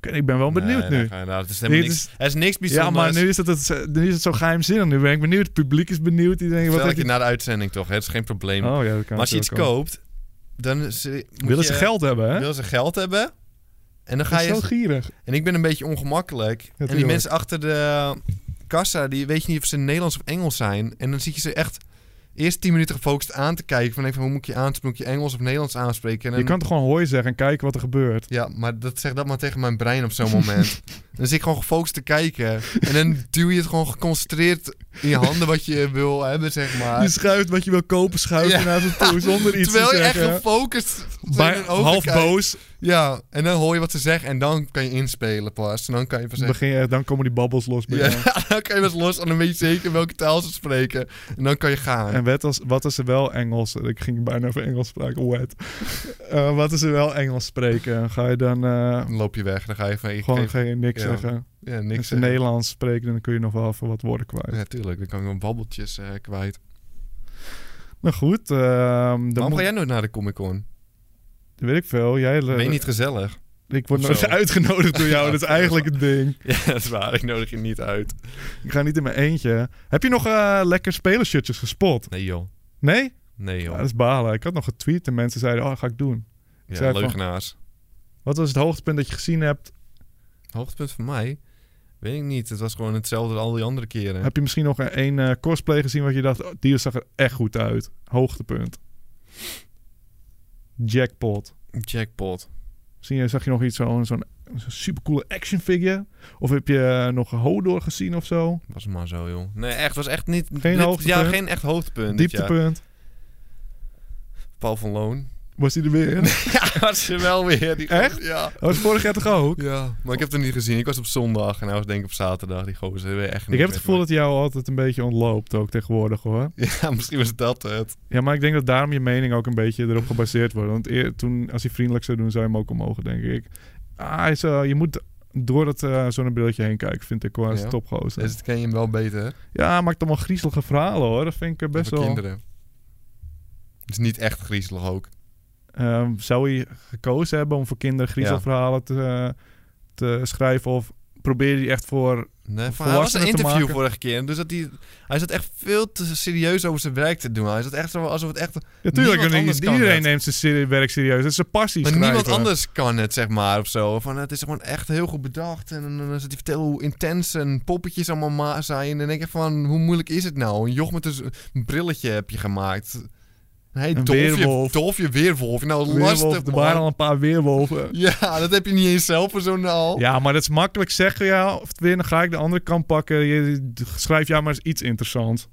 [SPEAKER 2] Ik- Ik ben wel benieuwd
[SPEAKER 3] Nee,
[SPEAKER 2] nu.
[SPEAKER 3] daar ga je- nou, het is helemaal
[SPEAKER 2] Dit
[SPEAKER 3] niks,
[SPEAKER 2] is-
[SPEAKER 3] er is niks
[SPEAKER 2] Ja,
[SPEAKER 3] bijzonders.
[SPEAKER 2] maar nu is, het, het, nu is het zo geheimzinnig. Nu ben ik benieuwd. Het publiek is benieuwd. Die denken, wat
[SPEAKER 3] Vertel
[SPEAKER 2] heb
[SPEAKER 3] ik je
[SPEAKER 2] je...
[SPEAKER 3] na de uitzending toch, hè? het is geen probleem.
[SPEAKER 2] Oh ja, dat kan
[SPEAKER 3] maar als je iets
[SPEAKER 2] natuurlijk wel.
[SPEAKER 3] koopt, dan is- eh, moet
[SPEAKER 2] Willen
[SPEAKER 3] je-
[SPEAKER 2] ze geld hebben, hè?
[SPEAKER 3] willen ze geld hebben. En dan
[SPEAKER 2] Dat
[SPEAKER 3] ga
[SPEAKER 2] is
[SPEAKER 3] je...
[SPEAKER 2] zo gierig.
[SPEAKER 3] En ik ben een beetje ongemakkelijk. en die
[SPEAKER 2] tuurlijk.
[SPEAKER 3] mensen achter de kassa, die weet je niet of ze Nederlands of Engels zijn. En dan zie je ze echt eerst 10 minuten gefocust aan te kijken. Van even, hoe moet ik je aanspreken? Moet ik je Engels of Nederlands aanspreken? En
[SPEAKER 2] Je kan toch gewoon hooi zeggen en kijken wat er gebeurt.
[SPEAKER 3] Ja, maar dat zeg dat maar tegen mijn brein op zo'n moment. dan zit ik gewoon gefocust te kijken. En dan duw je het gewoon geconcentreerd in je handen wat je wil hebben, zeg maar.
[SPEAKER 2] Je schuift wat je wil kopen, schuift
[SPEAKER 3] Ah. Ja.
[SPEAKER 2] je naar ze toe zonder iets
[SPEAKER 3] Terwijl
[SPEAKER 2] te
[SPEAKER 3] je echt
[SPEAKER 2] zeggen.
[SPEAKER 3] gefocust
[SPEAKER 2] Bij-
[SPEAKER 3] tegen hun ogen
[SPEAKER 2] half
[SPEAKER 3] kijkt.
[SPEAKER 2] boos
[SPEAKER 3] Ja, en dan hoor je wat ze zeggen en dan kan je inspelen pas. En dan kan je pas zeggen...
[SPEAKER 2] begin je, dan komen die babbels los bij jou.
[SPEAKER 3] Ja, dan kan je best los en dan weet je zeker welke taal ze spreken. En dan kan je gaan.
[SPEAKER 2] En wat als, wat als ze wel Engels... Ik ging bijna over Engels spreken, wet. Eh, wat als ze wel Engels spreken? Ga je dan eh,
[SPEAKER 3] Dan loop je weg, dan ga je van... Ik
[SPEAKER 2] gewoon
[SPEAKER 3] geef-
[SPEAKER 2] geen, niks
[SPEAKER 3] ja,
[SPEAKER 2] zeggen?
[SPEAKER 3] ja,
[SPEAKER 2] als
[SPEAKER 3] niks
[SPEAKER 2] ze
[SPEAKER 3] zeggen.
[SPEAKER 2] Nederlands spreken, dan kun je nog wel even wat woorden kwijt.
[SPEAKER 3] Ja, tuurlijk. Dan kan ik gewoon babbeltjes eh, kwijt.
[SPEAKER 2] Nou goed, ehm dan
[SPEAKER 3] Waarom
[SPEAKER 2] moet,
[SPEAKER 3] ga jij nooit naar de Comic-Con?
[SPEAKER 2] weet ik veel. Jij, eh,
[SPEAKER 3] Ben je niet gezellig?
[SPEAKER 2] Ik word
[SPEAKER 3] Of
[SPEAKER 2] nooit
[SPEAKER 3] zo.
[SPEAKER 2] uitgenodigd door jou.
[SPEAKER 3] Ja,
[SPEAKER 2] dat is eigenlijk het ding.
[SPEAKER 3] Ja, dat is waar. Ik nodig je niet uit.
[SPEAKER 2] Ik ga niet in mijn eentje. Heb je nog eh, lekker spelershirtjes gespot?
[SPEAKER 3] Nee, joh.
[SPEAKER 2] Nee?
[SPEAKER 3] Nee,
[SPEAKER 2] Ja,
[SPEAKER 3] joh.
[SPEAKER 2] dat is balen. Ik had nog getweet en mensen zeiden, oh, ga ik doen.
[SPEAKER 3] Ja,
[SPEAKER 2] zei van-
[SPEAKER 3] leugenaars.
[SPEAKER 2] Wat was het hoogtepunt dat je gezien hebt?
[SPEAKER 3] Hoogtepunt van mij? Weet ik niet. Het was gewoon hetzelfde als al die andere keren.
[SPEAKER 2] Heb je misschien nog een één, eh, cosplay gezien wat je dacht, oh, die zag er echt goed uit. Hoogtepunt. Jackpot.
[SPEAKER 3] Jackpot.
[SPEAKER 2] Zie je, zag je nog iets, zo'n zo'n zo'n supercoole action figure? Of heb je eh, nog een Hodor gezien of zo?
[SPEAKER 3] Was maar zo, joh. Nee, echt. was echt niet...
[SPEAKER 2] Geen hoogtepunt?
[SPEAKER 3] Ja, geen echt hoogtepunt. dit jaar.
[SPEAKER 2] Dieptepunt.
[SPEAKER 3] Paul van Loon.
[SPEAKER 2] Was die er weer?
[SPEAKER 3] Ja, was er wel weer. Die...
[SPEAKER 2] Echt?
[SPEAKER 3] Ja.
[SPEAKER 2] Dat was vorig jaar toch ook?
[SPEAKER 3] Ja, maar ik heb het niet gezien. Ik was op zondag en hij was denk ik op zaterdag. Die gozer weet echt niet
[SPEAKER 2] Ik heb het
[SPEAKER 3] met
[SPEAKER 2] gevoel
[SPEAKER 3] me.
[SPEAKER 2] dat jou altijd een beetje ontloopt ook tegenwoordig hoor.
[SPEAKER 3] Ja, misschien was dat het.
[SPEAKER 2] Ja, maar ik denk dat daarom je mening ook een beetje erop gebaseerd wordt. Want eer- toen, als hij vriendelijk zou doen, zou je hem ook omhoog, denk ik. Ah, hij is, eh, je moet door dat eh zonnebrilletje heen kijken, vind ik wel. Hij is
[SPEAKER 3] Ja.
[SPEAKER 2] topgozer.
[SPEAKER 3] Dus het ken je hem wel beter.
[SPEAKER 2] Ja, hij maakt allemaal griezelige verhalen, hoor. Dat vind ik eh, best
[SPEAKER 3] voor
[SPEAKER 2] wel...
[SPEAKER 3] kinderen. Het is niet echt griezelig ook.
[SPEAKER 2] Ehm, zou hij gekozen hebben om voor kinderen griezelige verhalen te, eh, te schrijven? Of probeerde hij echt voor...
[SPEAKER 3] Nee, van, hij was
[SPEAKER 2] volwassenen
[SPEAKER 3] een
[SPEAKER 2] te
[SPEAKER 3] interview
[SPEAKER 2] maken.
[SPEAKER 3] vorige keer. Dus dat hij, hij zat echt veel te serieus over zijn werk te doen. Hij zat echt zo alsof het echt...
[SPEAKER 2] Natuurlijk,
[SPEAKER 3] Niemand anders kan
[SPEAKER 2] iedereen
[SPEAKER 3] dat.
[SPEAKER 2] neemt zijn serie- werk serieus. Dat is zijn passie,
[SPEAKER 3] Maar niemand
[SPEAKER 2] schrijven.
[SPEAKER 3] anders kan het, zeg maar, of zo. Van, het is gewoon echt heel goed bedacht. En dan dan zat hij te vertellen hoe intens en poppetjes allemaal ma- zijn. En dan denk je van, hoe moeilijk is het nou? Een joch met een z- een brilletje heb je gemaakt. Hey,
[SPEAKER 2] Een
[SPEAKER 3] dolfje,
[SPEAKER 2] weerwolf.
[SPEAKER 3] dolfje weerwolf. Nou,
[SPEAKER 2] Weerwolf,
[SPEAKER 3] lastig,
[SPEAKER 2] er
[SPEAKER 3] man.
[SPEAKER 2] waren al een paar weerwolven.
[SPEAKER 3] Ja, dat heb je niet eens zelf verzonnen al.
[SPEAKER 2] Ja, maar dat is makkelijk zeggen. Ja, of het weer, dan ga ik de andere kant pakken. Je schrijf ja maar eens iets interessants.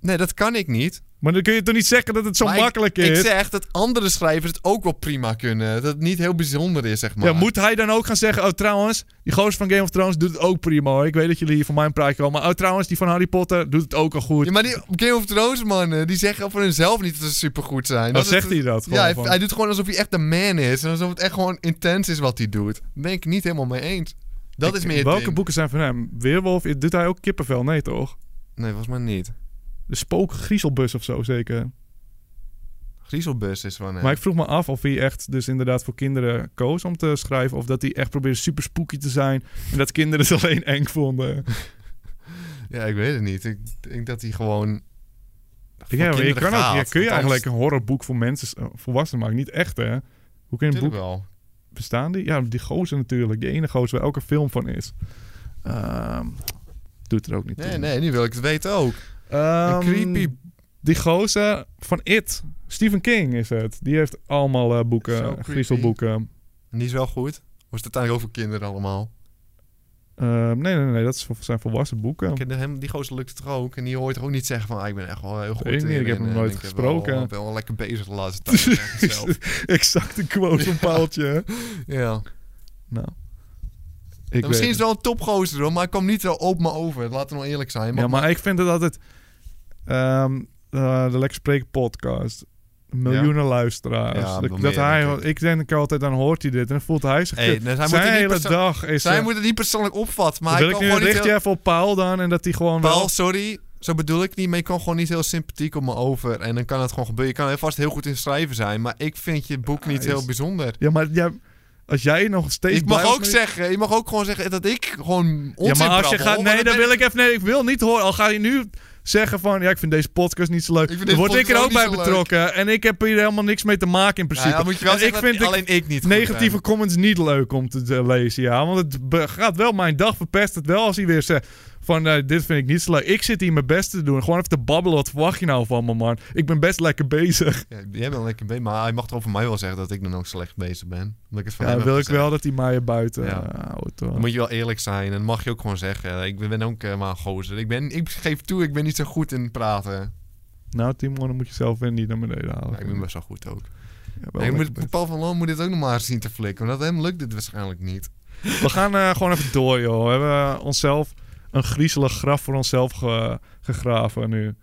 [SPEAKER 3] Nee, dat kan ik niet.
[SPEAKER 2] Maar dan kun je toch niet zeggen dat het zo
[SPEAKER 3] Maar ik-
[SPEAKER 2] makkelijk
[SPEAKER 3] Ik
[SPEAKER 2] is?
[SPEAKER 3] zeg dat andere schrijvers het ook wel prima kunnen. Dat het niet heel bijzonder is, zeg maar.
[SPEAKER 2] ja, moet hij dan ook gaan zeggen... Oh, trouwens, die gozer van Game of Thrones doet het ook prima. hoor. Ik weet dat jullie hier van mijn praatje komen. Maar oh, trouwens, die van Harry Potter doet het ook al goed.
[SPEAKER 3] Ja, maar die Game of Thrones mannen, die zeggen voor hunzelf niet dat ze supergoed
[SPEAKER 2] Dan
[SPEAKER 3] zijn. Dat is-
[SPEAKER 2] Oh, zegt hij dat gewoon
[SPEAKER 3] Ja, hij,
[SPEAKER 2] van.
[SPEAKER 3] hij doet gewoon alsof hij echt de man is. En alsof het echt gewoon intens is wat hij doet. Daar ben ik niet helemaal mee eens. Dat
[SPEAKER 2] Ik-
[SPEAKER 3] is meer het
[SPEAKER 2] Welke
[SPEAKER 3] ding.
[SPEAKER 2] boeken zijn van hem? Weerwolf, doet hij ook kippenvel? Nee, toch?
[SPEAKER 3] Nee, volgens mij niet.
[SPEAKER 2] De spook griezelbus of zo, zeker.
[SPEAKER 3] Griezelbus is van hem.
[SPEAKER 2] Maar ik vroeg me af of hij echt dus inderdaad voor kinderen koos om te schrijven... of dat hij echt probeerde super spooky te zijn... en dat kinderen het alleen eng vonden.
[SPEAKER 3] Ja, ik weet het niet. Ik denk dat hij gewoon... voor
[SPEAKER 2] Ja, maar je
[SPEAKER 3] kinderen
[SPEAKER 2] kan ook, ja,
[SPEAKER 3] gaat.
[SPEAKER 2] kun je
[SPEAKER 3] Althans,
[SPEAKER 2] eigenlijk een horrorboek voor mensen, eh, volwassenen maken? Niet echt, hè? Hoe kun je een
[SPEAKER 3] tuurlijk
[SPEAKER 2] boek...
[SPEAKER 3] wel.
[SPEAKER 2] Bestaan die? Ja, die gozer natuurlijk. Die ene gozer waar elke film van is. Ehm, doet er ook niet
[SPEAKER 3] Nee,
[SPEAKER 2] toe.
[SPEAKER 3] nee, nu wil ik het weten ook.
[SPEAKER 2] Ehm,
[SPEAKER 3] Een creepy-
[SPEAKER 2] Die gozer van It. Stephen King is het. Die heeft allemaal eh,
[SPEAKER 3] Zo
[SPEAKER 2] boeken,
[SPEAKER 3] creepy.
[SPEAKER 2] griezelboeken. Oh.
[SPEAKER 3] En die is wel goed. Of is het uiteindelijk ook voor kinderen allemaal?
[SPEAKER 2] Eh, nee, nee, nee, dat is voor- zijn volwassen boeken.
[SPEAKER 3] Ken hem, die gozer lukt het toch ook. En die hoort toch ook niet zeggen van... ah, ik ben echt wel heel goed
[SPEAKER 2] Weet ik niet,
[SPEAKER 3] in
[SPEAKER 2] ik heb
[SPEAKER 3] en,
[SPEAKER 2] hem
[SPEAKER 3] eh,
[SPEAKER 2] nooit
[SPEAKER 3] ik heb
[SPEAKER 2] gesproken.
[SPEAKER 3] wel, wel lekker bezig de laatste tijd. zeg ik zelf.
[SPEAKER 2] exact een quote van Paaltje. hè?
[SPEAKER 3] ja.
[SPEAKER 2] Nou. Ik
[SPEAKER 3] Nou, misschien is
[SPEAKER 2] weet
[SPEAKER 3] het wel een topgozer hoor, maar hij kwam niet zo op me over. Laten we nou eerlijk zijn.
[SPEAKER 2] het.
[SPEAKER 3] Maar,
[SPEAKER 2] Ja, maar ik vind het altijd... ehm, eh, de Lekker Spreken podcast. Miljoenen luisteraars.
[SPEAKER 3] Ja,
[SPEAKER 2] dat,
[SPEAKER 3] wel
[SPEAKER 2] dat
[SPEAKER 3] meer,
[SPEAKER 2] hij,
[SPEAKER 3] denk ik.
[SPEAKER 2] ik denk altijd, dan hoort hij dit. En dan voelt hij zich...
[SPEAKER 3] Hey, dus hij moet
[SPEAKER 2] zijn
[SPEAKER 3] het niet
[SPEAKER 2] hele
[SPEAKER 3] perso-
[SPEAKER 2] dag is...
[SPEAKER 3] zij
[SPEAKER 2] eh,
[SPEAKER 3] moeten het niet persoonlijk opvatten. Maar
[SPEAKER 2] wil
[SPEAKER 3] hij
[SPEAKER 2] ik
[SPEAKER 3] kwam
[SPEAKER 2] nu een
[SPEAKER 3] gewoon niet
[SPEAKER 2] richtje
[SPEAKER 3] heel...
[SPEAKER 2] even op Paul dan? En dat hij gewoon wel...
[SPEAKER 3] Paul, sorry. Zo bedoel ik niet, maar je kwam gewoon niet heel sympathiek op me over. En dan kan het gewoon gebeuren. Je kan vast heel goed in schrijven zijn, maar ik vind je boek niet
[SPEAKER 2] is-
[SPEAKER 3] heel bijzonder.
[SPEAKER 2] Ja, maar jij- als jij nog steeds...
[SPEAKER 3] Ik mag
[SPEAKER 2] blijft
[SPEAKER 3] ook
[SPEAKER 2] met-
[SPEAKER 3] zeggen, je mag ook gewoon zeggen dat ik gewoon
[SPEAKER 2] Ja,
[SPEAKER 3] onzin
[SPEAKER 2] maar als je
[SPEAKER 3] brabbel,
[SPEAKER 2] gaat...
[SPEAKER 3] want
[SPEAKER 2] Nee,
[SPEAKER 3] ben
[SPEAKER 2] dan wil ik even... Nee, ik wil niet horen. Al ga je nu zeggen van... Ja, ik vind deze podcast niet zo leuk.
[SPEAKER 3] Ik vind
[SPEAKER 2] dan
[SPEAKER 3] deze
[SPEAKER 2] word ik er
[SPEAKER 3] podcast
[SPEAKER 2] ook bij
[SPEAKER 3] niet zo leuk.
[SPEAKER 2] betrokken. En ik heb hier helemaal niks mee te maken in
[SPEAKER 3] Nou
[SPEAKER 2] principe.
[SPEAKER 3] ja, moet je wel
[SPEAKER 2] En
[SPEAKER 3] zeggen
[SPEAKER 2] ik
[SPEAKER 3] dat
[SPEAKER 2] vind ik-
[SPEAKER 3] alleen ik niet goed
[SPEAKER 2] negatieve
[SPEAKER 3] ben.
[SPEAKER 2] comments niet leuk om te eh, lezen, ja. Want het be- gaat wel mijn dag verpest. Het wel als hij weer zegt van eh, dit vind ik niet zo leuk. Ik zit hier mijn best te doen. Gewoon even te babbelen. Wat verwacht je nou van me, man? Ik ben best lekker bezig.
[SPEAKER 3] Ja, jij bent lekker bezig, maar hij mag er over mij wel zeggen dat ik dan ook slecht bezig ben. Omdat ik het van
[SPEAKER 2] Ja, dan
[SPEAKER 3] hem heb
[SPEAKER 2] wil ik
[SPEAKER 3] gezegd.
[SPEAKER 2] wel dat hij mij er buiten
[SPEAKER 3] Ja.
[SPEAKER 2] eh, houdt. hoor.
[SPEAKER 3] Dan moet je wel eerlijk zijn en dan mag je ook gewoon zeggen. Ik ben ook eh, maar een gozer. Ik, ben, ik geef toe, ik ben niet zo goed in praten.
[SPEAKER 2] Nou, Timon, dan moet je zelf weer niet naar beneden halen.
[SPEAKER 3] Maar ik ben best wel goed ook.
[SPEAKER 2] Ja, wel
[SPEAKER 3] En ik
[SPEAKER 2] lekker
[SPEAKER 3] moet, Paul van Loon moet dit ook nog maar zien te flikken, want hem lukt dit waarschijnlijk niet.
[SPEAKER 2] bezig. We gaan eh, gewoon even door, joh. We hebben eh, onszelf een griezelig graf voor onszelf ge- gegraven nu.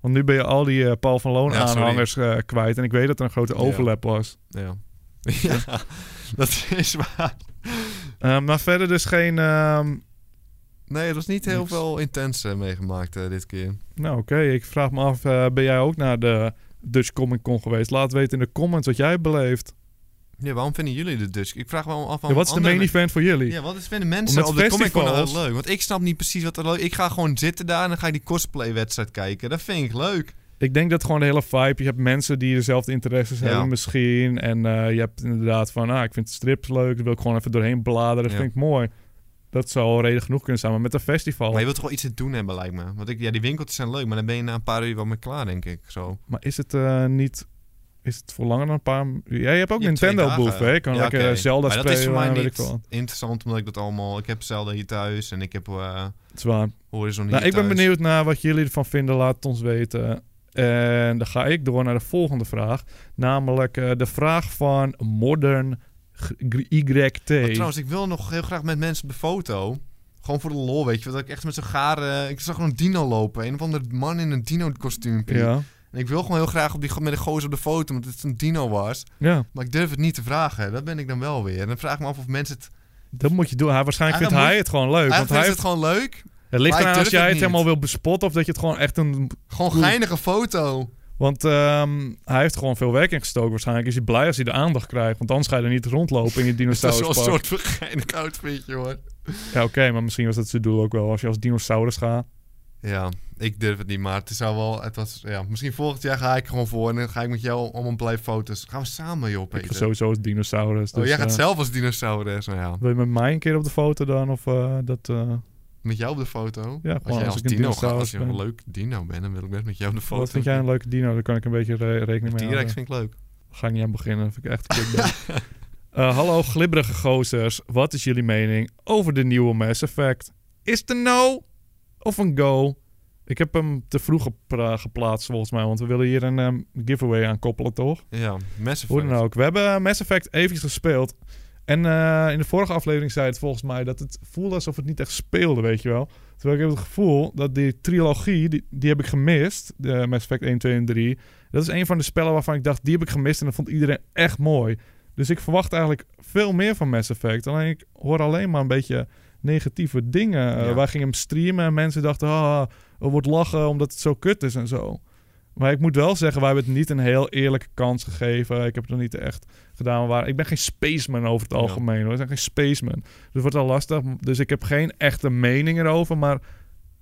[SPEAKER 2] Want nu ben je al die eh, Paul van Loon
[SPEAKER 3] Ja, sorry.
[SPEAKER 2] aanhangers eh, kwijt. En ik weet dat er een grote
[SPEAKER 3] Ja.
[SPEAKER 2] overlap was.
[SPEAKER 3] Ja. ja, dat is waar.
[SPEAKER 2] Ehm, maar verder dus geen... ehm,
[SPEAKER 3] Nee, het was niet heel
[SPEAKER 2] Niks.
[SPEAKER 3] veel intens eh, meegemaakt eh, dit keer.
[SPEAKER 2] nou oké, ik vraag me af, eh, ben jij ook naar de Dutch Comic Con geweest? Laat weten in de comments wat jij hebt beleefd.
[SPEAKER 3] Ja, waarom vinden jullie de Dutch? Ik vraag me wel af
[SPEAKER 2] Ja,
[SPEAKER 3] waarom
[SPEAKER 2] wat is de
[SPEAKER 3] andere
[SPEAKER 2] main event voor jullie?
[SPEAKER 3] Ja, wat is- vinden mensen
[SPEAKER 2] Omdat
[SPEAKER 3] op de Comic Con nou
[SPEAKER 2] festivals-
[SPEAKER 3] leuk? Want ik snap niet precies wat er leuk Ik ga gewoon zitten daar en dan ga ik die cosplay-wedstrijd kijken. Dat vind ik leuk.
[SPEAKER 2] Ik denk dat gewoon de hele vibe, je hebt mensen die dezelfde interesses
[SPEAKER 3] Ja.
[SPEAKER 2] hebben misschien. En eh, je hebt inderdaad van, ah, ik vind strips leuk, daar wil ik gewoon even doorheen bladeren, dat
[SPEAKER 3] Ja.
[SPEAKER 2] vind ik mooi. Dat zou al reden genoeg kunnen zijn, maar met een festival...
[SPEAKER 3] Maar
[SPEAKER 2] Maar,
[SPEAKER 3] je wilt toch wel iets te doen hebben, lijkt me. Want ik, ja, die winkeltjes zijn leuk, maar dan ben je na een paar uur wel mee klaar, denk ik. Zo.
[SPEAKER 2] is het eh, niet... Is het voor langer dan een paar... Ja, je hebt ook
[SPEAKER 3] Je hebt twee
[SPEAKER 2] Nintendo boef,
[SPEAKER 3] dagen.
[SPEAKER 2] hè? Je kan
[SPEAKER 3] Ja,
[SPEAKER 2] lekker
[SPEAKER 3] oké.
[SPEAKER 2] Zelda
[SPEAKER 3] Maar dat
[SPEAKER 2] spelen,
[SPEAKER 3] is voor mij
[SPEAKER 2] weet
[SPEAKER 3] niet
[SPEAKER 2] ik wel.
[SPEAKER 3] interessant, omdat ik dat allemaal... Ik heb Zelda hier thuis en ik heb eh
[SPEAKER 2] Het is waar.
[SPEAKER 3] Horizon hier
[SPEAKER 2] Nou, ik ben
[SPEAKER 3] thuis.
[SPEAKER 2] benieuwd naar wat jullie ervan vinden. Laat het ons weten. En dan ga ik door naar de volgende vraag. Namelijk eh, de vraag van Modern G- G- YT.
[SPEAKER 3] Maar Oh, trouwens, ik wil nog heel graag met mensen op de foto. Gewoon voor de lol, weet je. Want ik echt met zo'n garen... Ik zag gewoon een dino lopen. Een of ander man in een dino-kostuumpje.
[SPEAKER 2] ja.
[SPEAKER 3] En ik wil gewoon heel graag op die, met een gozer op de foto, omdat het een dino was.
[SPEAKER 2] ja,
[SPEAKER 3] Maar ik durf het niet te vragen. Dat ben ik dan wel weer. En dan vraag ik me af of mensen het...
[SPEAKER 2] dat moet je doen. Hij, waarschijnlijk
[SPEAKER 3] Eigenlijk
[SPEAKER 2] vindt hij
[SPEAKER 3] Ah, moet-
[SPEAKER 2] het gewoon leuk. Want
[SPEAKER 3] Eigenlijk
[SPEAKER 2] hij
[SPEAKER 3] is
[SPEAKER 2] heeft,
[SPEAKER 3] het gewoon leuk.
[SPEAKER 2] het ligt
[SPEAKER 3] maar ik
[SPEAKER 2] eraan als
[SPEAKER 3] durf
[SPEAKER 2] jij het
[SPEAKER 3] het niet.
[SPEAKER 2] helemaal wil bespotten... of dat je het gewoon echt een...
[SPEAKER 3] Gewoon
[SPEAKER 2] Cool.
[SPEAKER 3] geinige foto.
[SPEAKER 2] Want ehm, hij heeft gewoon veel werk ingestoken waarschijnlijk. Is hij blij als hij de aandacht krijgt. Want anders ga je er niet rondlopen in je
[SPEAKER 3] Dat is wel een
[SPEAKER 2] dinosauruspark.
[SPEAKER 3] soort van geinig outfitje hoor.
[SPEAKER 2] Ja, oké. maar misschien was dat zijn doel ook wel. Als je als dinosaurus gaat.
[SPEAKER 3] Ja, ik durf het niet, maar het zou wel... Het was, ja, misschien volgend jaar ga ik gewoon voor en dan ga ik met jou om een blijf foto's. Gaan we samen joh,
[SPEAKER 2] Ik was
[SPEAKER 3] Peter.
[SPEAKER 2] sowieso als dinosaurus.
[SPEAKER 3] Oh,
[SPEAKER 2] dus,
[SPEAKER 3] jij gaat
[SPEAKER 2] eh,
[SPEAKER 3] zelf als dinosaurus. Nou ja,
[SPEAKER 2] Wil je met mij een keer op de foto dan? Of eh, dat. eh,
[SPEAKER 3] met jou op de foto.
[SPEAKER 2] Ja, gewoon
[SPEAKER 3] als jij
[SPEAKER 2] als
[SPEAKER 3] als,
[SPEAKER 2] ik een
[SPEAKER 3] dino gaat,
[SPEAKER 2] dinosaurus
[SPEAKER 3] als je een
[SPEAKER 2] ben.
[SPEAKER 3] leuk dino bent, dan wil ik best met jou op de foto.
[SPEAKER 2] wat vind jij een leuke dino? Daar kan ik een beetje re- rekening mee
[SPEAKER 3] T-Rex
[SPEAKER 2] houden.
[SPEAKER 3] vind ik leuk.
[SPEAKER 2] Ga ik niet aan beginnen. Vind ik echt kut. Eh, hallo glibberige gozers. Wat is jullie mening over de nieuwe Mass Effect? Is het een no of een go? Ik heb hem te vroeg gepra- geplaatst volgens mij. Want we willen hier een ehm, giveaway aan koppelen, toch?
[SPEAKER 3] Ja, Mass
[SPEAKER 2] Hoe
[SPEAKER 3] Effect.
[SPEAKER 2] dan ook. We hebben eh, Mass Effect eventjes gespeeld. En eh, in de vorige aflevering zei het volgens mij dat het voelde alsof het niet echt speelde, weet je wel. Terwijl ik heb het gevoel dat die trilogie, die, die heb ik gemist. De Mass Effect 1, 2 en 3. Dat is een van de spellen waarvan ik dacht, die heb ik gemist en dat vond iedereen echt mooi. Dus ik verwacht eigenlijk veel meer van Mass Effect. Alleen ik hoor alleen maar een beetje negatieve dingen. Eh,
[SPEAKER 3] Ja.
[SPEAKER 2] wij gingen hem streamen en mensen dachten, ah, er wordt lachen omdat het zo kut is en zo. Maar ik moet wel zeggen, wij hebben het niet een heel eerlijke kans gegeven. Ik heb het nog niet echt gedaan. Waar... Ik ben geen spaceman over het
[SPEAKER 3] Ja.
[SPEAKER 2] algemeen. Hoor. Ik ben geen spaceman. Dus het wordt al lastig. Dus ik heb geen echte mening erover. Maar